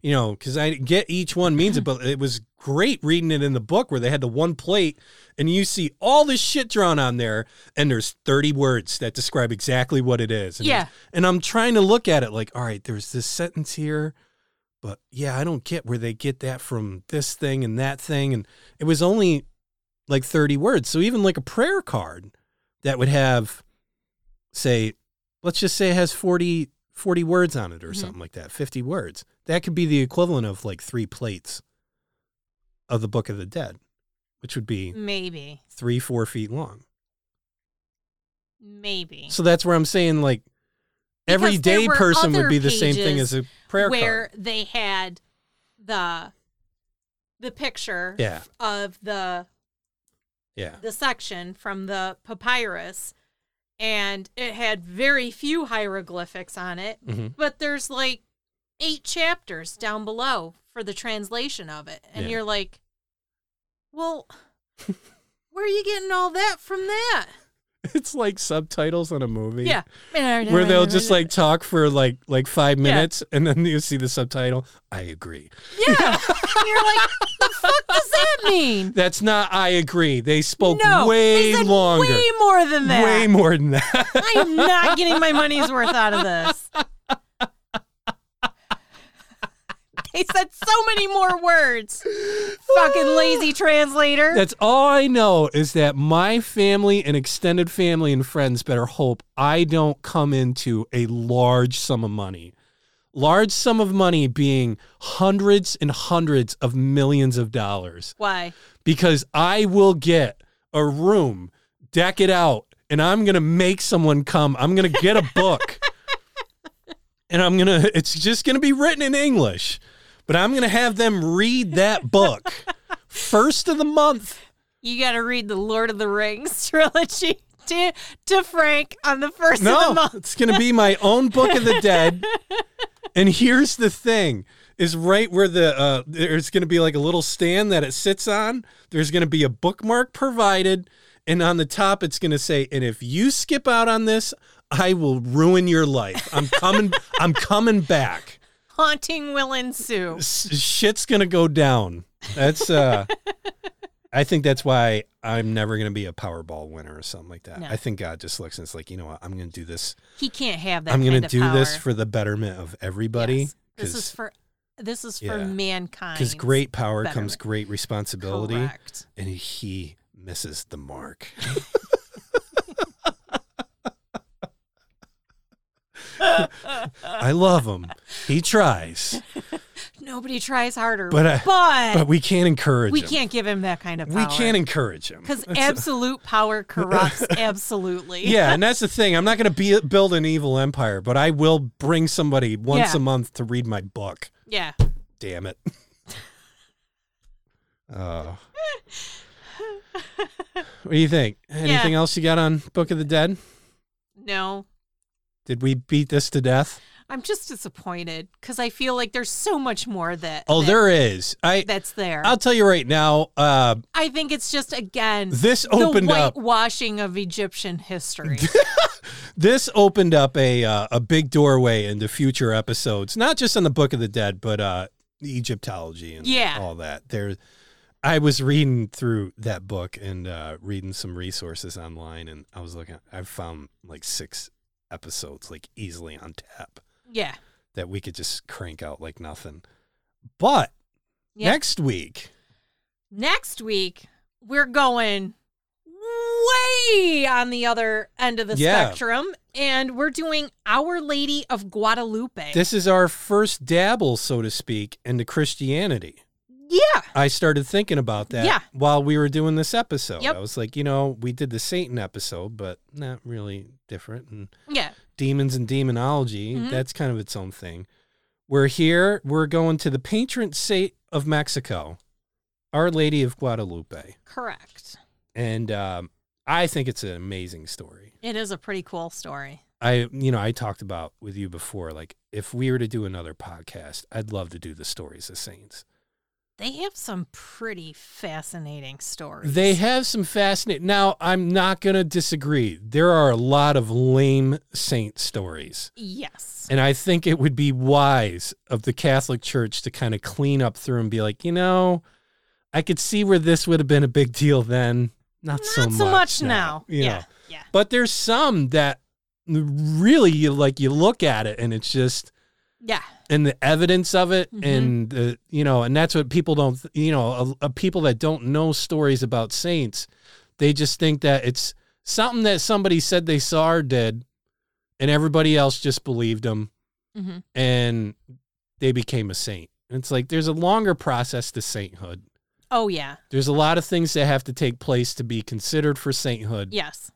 you know, because I get each one means it, but it was great reading it in the book where they had the one plate and you see all this shit drawn on there, and there's 30 words that describe exactly what it is. And, Yeah. and I'm trying to look at it like, all right, there's this sentence here, but yeah, I don't get where they get that from this thing and that thing. And it was only like 30 words. So even like a prayer card that would have, say, let's just say it has 40, 40 words on it or Mhm. something like that, 50 words. That could be the equivalent of like three plates of the Book of the Dead, which would Mm. be Maybe. three, four feet long. Maybe. So that's where I'm saying like Because everyday there were person would other be the same thing pages as a prayer where card. they had the the picture Yeah, of the yeah. the section from the papyrus and it had very few hieroglyphics on it hmm but there's like eight chapters down below for the translation of it and Yeah. you're like well where are you getting all that from that It's like subtitles on a movie. Yeah. Where they'll just like talk for like like five minutes and then you see the subtitle. I agree. Yeah. And you're like, the fuck does that mean? That's not I agree. They spoke No. Oh, way they said longer. Way more than that. Way more than that. I am not getting my money's worth out of this. They said so many more words. Fucking lazy translator. That's all I know is that my family and extended family and friends better hope I don't come into a large sum of money. Large sum of money being hundreds and hundreds of millions of dollars Why? because I will get a room, deck it out, and I'm going to make someone come. I'm going to get a book. and I'm going to it's just going to be written in English, but I'm going to have them read that book first of the month. You got to read the Lord of the Rings trilogy to, to Frank on the first of the No, month. it's going to be my own Book of the Dead. and here's the thing is right where the uh, there's going to be like a little stand that it sits on. There's going to be a bookmark provided and on the top it's going to say and if you skip out on this, I will ruin your life. I'm coming I'm coming back. Haunting will ensue. S- shit's going to go down. That's uh I think that's why I'm never going to be a Powerball winner or something like that. No. I think God just looks and it's like, you know what? I'm going to do this He can't have that. I'm going to do this for the betterment of everybody. This is Because for this is for Yeah. mankind. great power comes betterment. great responsibility, Correct. and he misses the mark. I love him. He tries, Nobody tries harder, But, but uh, but we can't encourage we him. can't give him that kind of We power. can't encourage him. because absolute power corrupts absolutely. Yeah, and that's the thing. I'm not going to be, build an evil empire, but I will bring somebody once Yeah. a month to read my book. yeah. Damn it. Oh. what do you think? Anything else you got on Book of the Dead? No, Did we beat this to death? I'm just disappointed because I feel like there's so much more that. Oh, that- there is. I That's there. I'll tell you right now. Uh, I think it's just again this the opened up. whitewashing of Egyptian history. This opened up a uh, a big doorway into future episodes, not just on the Book of the Dead, but uh, Egyptology and Yeah. all that. There, I was reading through that book and uh, reading some resources online, and I was looking. I found like six episodes, like easily on tap, yeah. that we could just crank out like nothing. But Yeah. next week, Next week we're going way on the other end of the Yeah. spectrum, and we're doing Our Lady of Guadalupe. this is our first dabble, so to speak, into Christianity. yeah. I started thinking about that Yeah. while we were doing this episode. Yep. I was like, you know, we did the Satan episode, but not really different. And Yeah. demons and demonology, Mhm. that's kind of its own thing. We're here, we're going to the patron saint of Mexico, Our Lady of Guadalupe. Correct. And um, I think it's an amazing story. It is a pretty cool story. I, you know, I talked about with you before, like if we were to do another podcast, I'd love to do the stories of saints. They have some pretty fascinating stories. They have some fascinating. Now, I'm not going to disagree. There are a lot of lame saint stories. yes. And I think it would be wise of the Catholic Church to kind of clean up through and be like, you know, I could see where this would have been a big deal then. Not, Not so, much now. you Yeah. know. Yeah. But there's some that really you like you look at it and it's just Yeah. and the evidence of it Mhm. and the you know and that's what people don't you know a, a people that don't know stories about saints they just think that it's something that somebody said they saw or did and everybody else just believed them hmm and they became a saint and it's like there's a longer process to sainthood Oh, yeah. there's a lot of things that have to take place to be considered for sainthood Yes.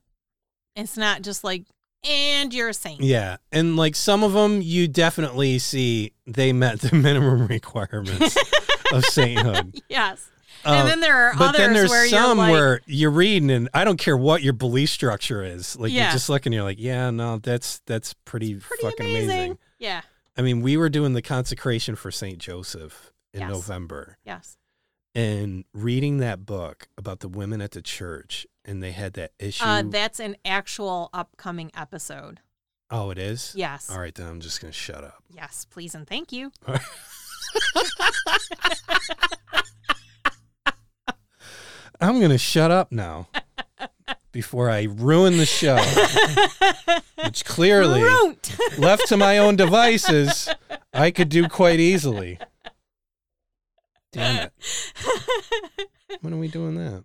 It's not just like, and you're a saint. yeah and like some of them you definitely see they met the minimum requirements of sainthood Yes. Um, and then there are but others then there's where you're some like, where you're reading and I don't care what your belief structure is. Like Yeah. you're just looking, you're like, yeah, no, that's that's pretty, pretty fucking amazing. amazing. Yeah. I mean, we were doing the consecration for Saint Joseph in Yes. November Yes. and reading that book about the women at the church and they had that issue. Uh, that's an actual upcoming episode. oh, it is? Yes. All right, then I'm just going to shut up. Yes, please and thank you. I'm going to shut up now before I ruin the show, which clearly, Root. left to my own devices, I could do quite easily. Damn it. When are we doing that?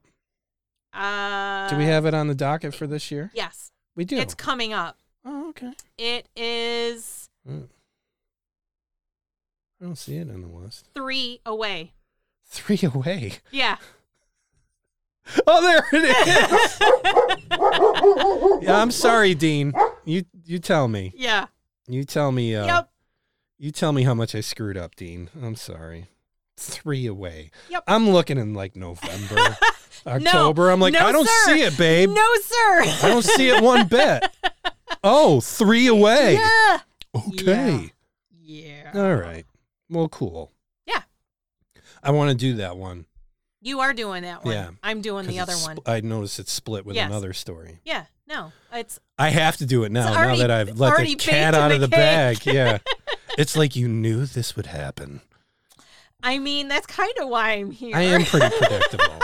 uh, Do we have it on the docket for this year? Yes, We do. it's coming up. oh, okay. It is Mm. I don't see it on the list. three away. Three away. Yeah. Oh, there it is. yeah, I'm sorry, Dean. You you tell me. Yeah. You tell me. Uh, Yep. You tell me how much I screwed up, Dean. I'm sorry. Three away. Yep. I'm looking in like November, October. I'm like, no, I don't sir. see it, babe. No, sir. I don't see it one bit. Oh, three away. Yeah. Okay. Yeah. All right. Well, cool. Yeah. I want to do that one. You are doing that one. Yeah. I'm doing 'cause the other it's one. sp- I noticed it's split with Yes. another story. Yeah. No. It's I have to do it now. It's Now already- that I've let the already cat baked in out of the the bag, yeah, it's like you knew this would happen. I mean, that's kind of why I'm here. I am pretty predictable.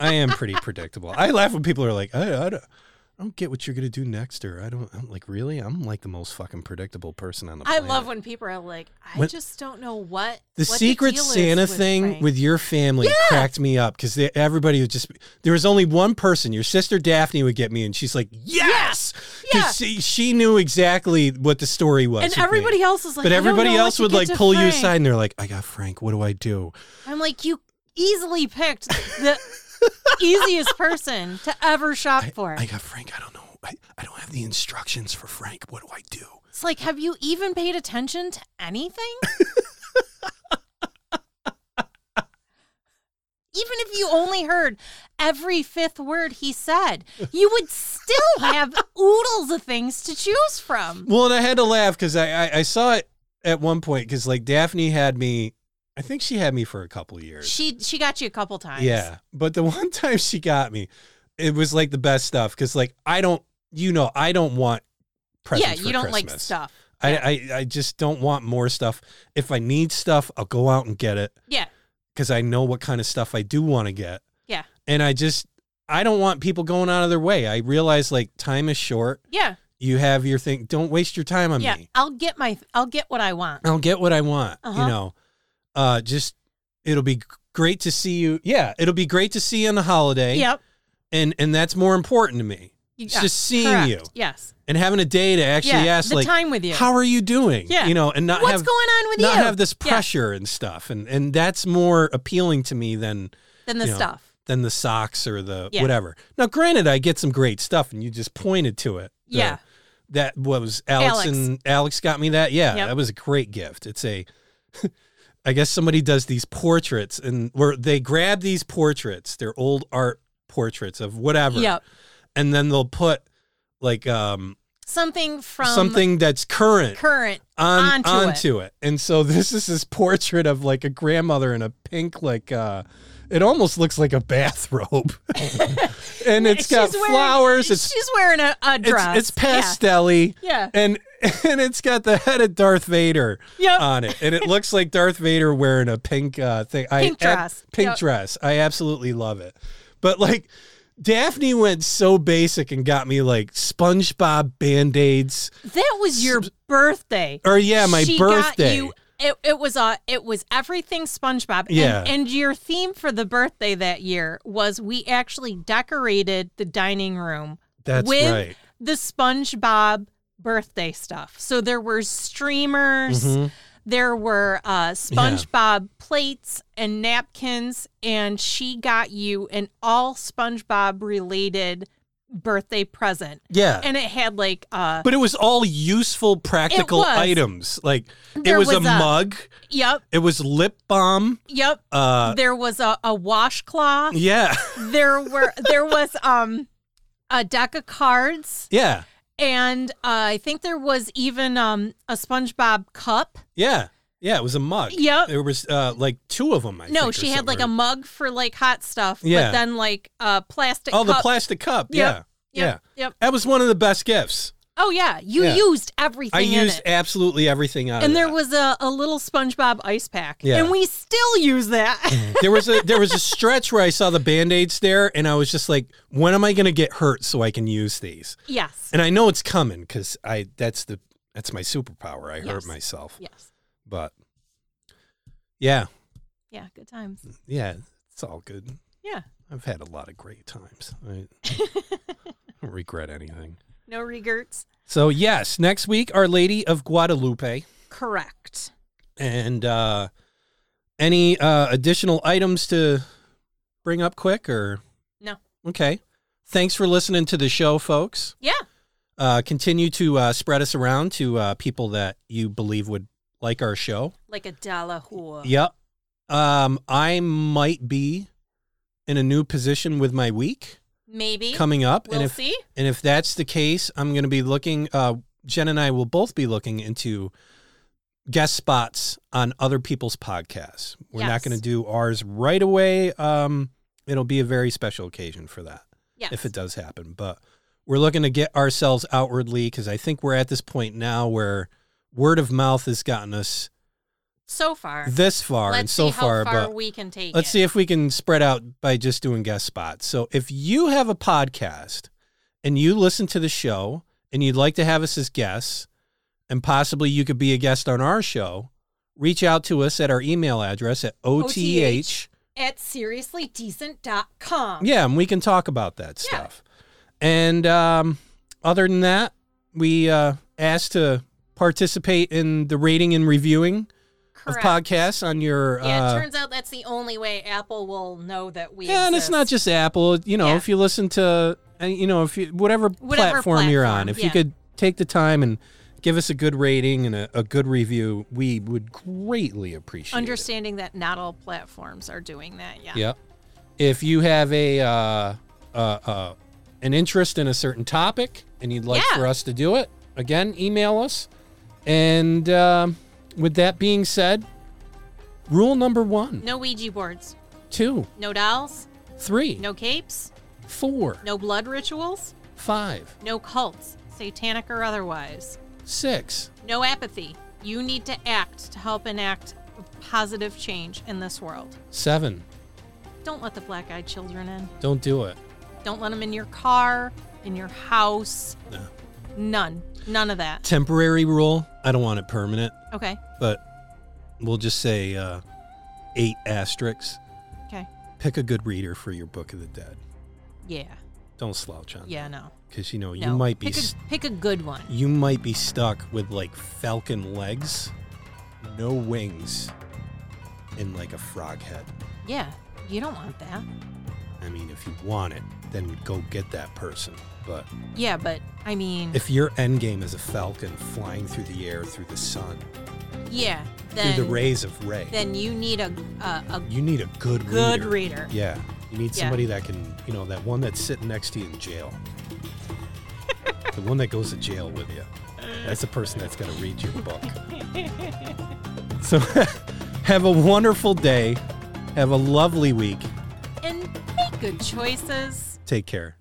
I am pretty predictable. I laugh when people are like, I, I, don't, I don't get what you're gonna do next, or I don't. I'm like, really? I'm like the most fucking predictable person on the I planet. love when people are like, I When- just don't know what the what secret deal is Santa with thing Frank." with your family cracked me up because everybody would just. There was only one person. Your sister Daphne would get me, and she's like, "Yes," Yeah. 'Cause she, she knew exactly what the story was. and with me. everybody else is like, but "I don't everybody know what else to would get like to pull you Frank." aside and they're like, "I got Frank. What do I do?" I'm like, you easily picked the easiest person to ever shop for. I got Frank. I don't know. I, I don't have the instructions for Frank. What do I do? it's like, have you even paid attention to anything? even if you only heard every fifth word he said, you would still have oodles of things to choose from. Well, and I had to laugh because I, I I saw it at one point because like Daphne had me. I think she had me for a couple years. She she got you a couple times. Yeah, but the one time she got me, it was like the best stuff because like I don't, you know, I don't want presents. Yeah, for you don't like Christmas. stuff. I, I I just don't want more stuff. If I need stuff, I'll go out and get it Yeah. because I know what kind of stuff I do want to get. Yeah. and I just I don't want people going out of their way. I realize like time is short. Yeah. You have your thing. Don't waste your time on Yeah. me. I'll get my I'll get what I want. I'll get what I want. You Uh-huh. know, uh, just it'll be great to see you. Yeah, it'll be great to see you on the holiday. Yep. and and that's more important to me. You- It's yeah, just seeing correct. you Yes. and having a day to actually yeah. ask the like, time with you. how are you doing? Yeah. you know, and not What's have going on with not you? have this Yeah, pressure and stuff, and and that's more appealing to me than than the you know. stuff. than the socks or the Yeah. whatever. Now, granted, I get some great stuff, and you just pointed to it. The- Yeah. that what was Alex, Alex. and Alex got me that. Yeah, Yep. that was a great gift. It's a, I guess somebody does these portraits and where they grab these portraits, they're old art portraits of whatever. Yep. and then they'll put like um Something from something Uh, that's current current on onto, onto, it. And so this is this portrait of like a grandmother in a pink like uh it almost looks like a bathrobe. and it. it's got She's wearing- flowers, it's she's wearing a, a dress. it's, it's pastelly. Yeah. And and it's got the head of Darth Vader Yep. on it. And it looks like Darth Vader wearing a pink uh thing. I Pink ab- dress. pink Yep. dress. I absolutely love it. But like Daphne went so basic and got me like SpongeBob band-aids Yeah. That was your birthday. or er, yeah, my she Got birthday. you, it, it was uh, it was everything SpongeBob. And- Yeah. And, your theme for the birthday that year was we actually decorated the dining room That's with right. the SpongeBob birthday stuff. So there were streamers. Mm-hmm. There were uh, SpongeBob plates and napkins, and she got you an all SpongeBob related birthday present. Yeah. And it had like uh, but it was all useful, practical was. items. Like it There was, a, was a- mug. yep, It was lip balm. yep. Uh, there was a, a washcloth. yeah, There were there was um a deck of cards, yeah, and uh, I think there was even um a SpongeBob cup. yeah, Yeah, it was a mug. Yep. There was uh, like two of them. I no, think, or she had like a something. mug for like hot stuff, Yeah. but then like a plastic oh the cup. plastic cup. Yeah, Yep, yeah. Yep, Yep. That was one of the best gifts. Oh yeah, you Yeah. used everything I in used it. absolutely everything out. And of there that. was a, a little SpongeBob ice pack. Yeah. And we still use that. there was a there was a stretch where I saw the band aids there, and I was just like, when am I going to get hurt so I can use these? yes. And I know it's coming because I that's the that's my superpower. I Yes. hurt myself, Yes. but yeah, Yeah, good times. yeah, it's all good. Yeah. I've had a lot of great times. I don't regret anything. No regrets. So yes, next week Our Lady of Guadalupe. Correct. And uh any uh additional items to bring up quick or No. Okay. Thanks for listening to the show, folks. Yeah. Uh continue to uh spread us around to uh people that you believe would like our show. Like a dollar whore. Yep. Um I might be in a new position with my week Maybe. coming up we'll and if see. and if that's the case, I'm going to be looking. Uh, Jen and I will both be looking into guest spots on other people's podcasts. We're not Yes. going to do ours right away. Um, it'll be a very special occasion for that Yeah. if it does happen. But we're looking to get ourselves outwardly because I think we're at this point now where word of mouth has gotten us so far. this far Let's and so see how far, but we can take Let's it. see if we can spread out by just doing guest spots. So if you have a podcast and you listen to the show and you'd like to have us as guests, and possibly you could be a guest on our show, reach out to us at our email address at OTH. At seriouslydecent.com. Yeah, and we can talk about that Yeah. stuff. And um, other than that, we uh, asked to participate in the rating and reviewing Correct. of podcasts on your yeah, uh, it turns out that's the only way Apple will know that we Yeah, and it's not exist. just Apple. You know, Yeah. if you listen to, uh, you know, if you whatever, Whatever platform, you're on, platform, if yeah. you could take the time and give us a good rating and a, a good review, we would greatly appreciate. understanding that not all platforms are doing that yet. It. Yep. If you have a uh, uh, uh, an interest in a certain topic and you'd like Yeah. for us to do it, again, email us. And um, with that being said, rule number one, No Ouija boards, two, no dolls, three, no capes, four, no blood rituals, five, no cults, satanic or otherwise. six. No apathy. You need to act to help enact positive change in this world. Seven, Don't let the black eyed children in. don't do it. Don't let them in your car, in your house. No. None. None of that. Temporary rule. I don't want it permanent, Okay. but we'll just say uh, eight asterisks. Okay. Pick a good reader for your Book of the Dead. Yeah. Don't slouch on. Yeah, no. Because you know you no. might be pick s a, pick a good one. you might be stuck with like falcon legs, no wings, and like a frog head. Yeah. You don't want that. I mean, if you want it, then go get that person. But Yeah, but I mean, if your end game is a falcon flying through the air, through the sun, yeah, then through the rays of ray, then you need a a, a you need a good good reader. reader. Yeah. You need Yeah. somebody that can, you know, that one that's sitting next to you in jail. the one that goes to jail with you. That's the person that's going to read your book. so have a wonderful day. Have a lovely week. And make good choices. Take care.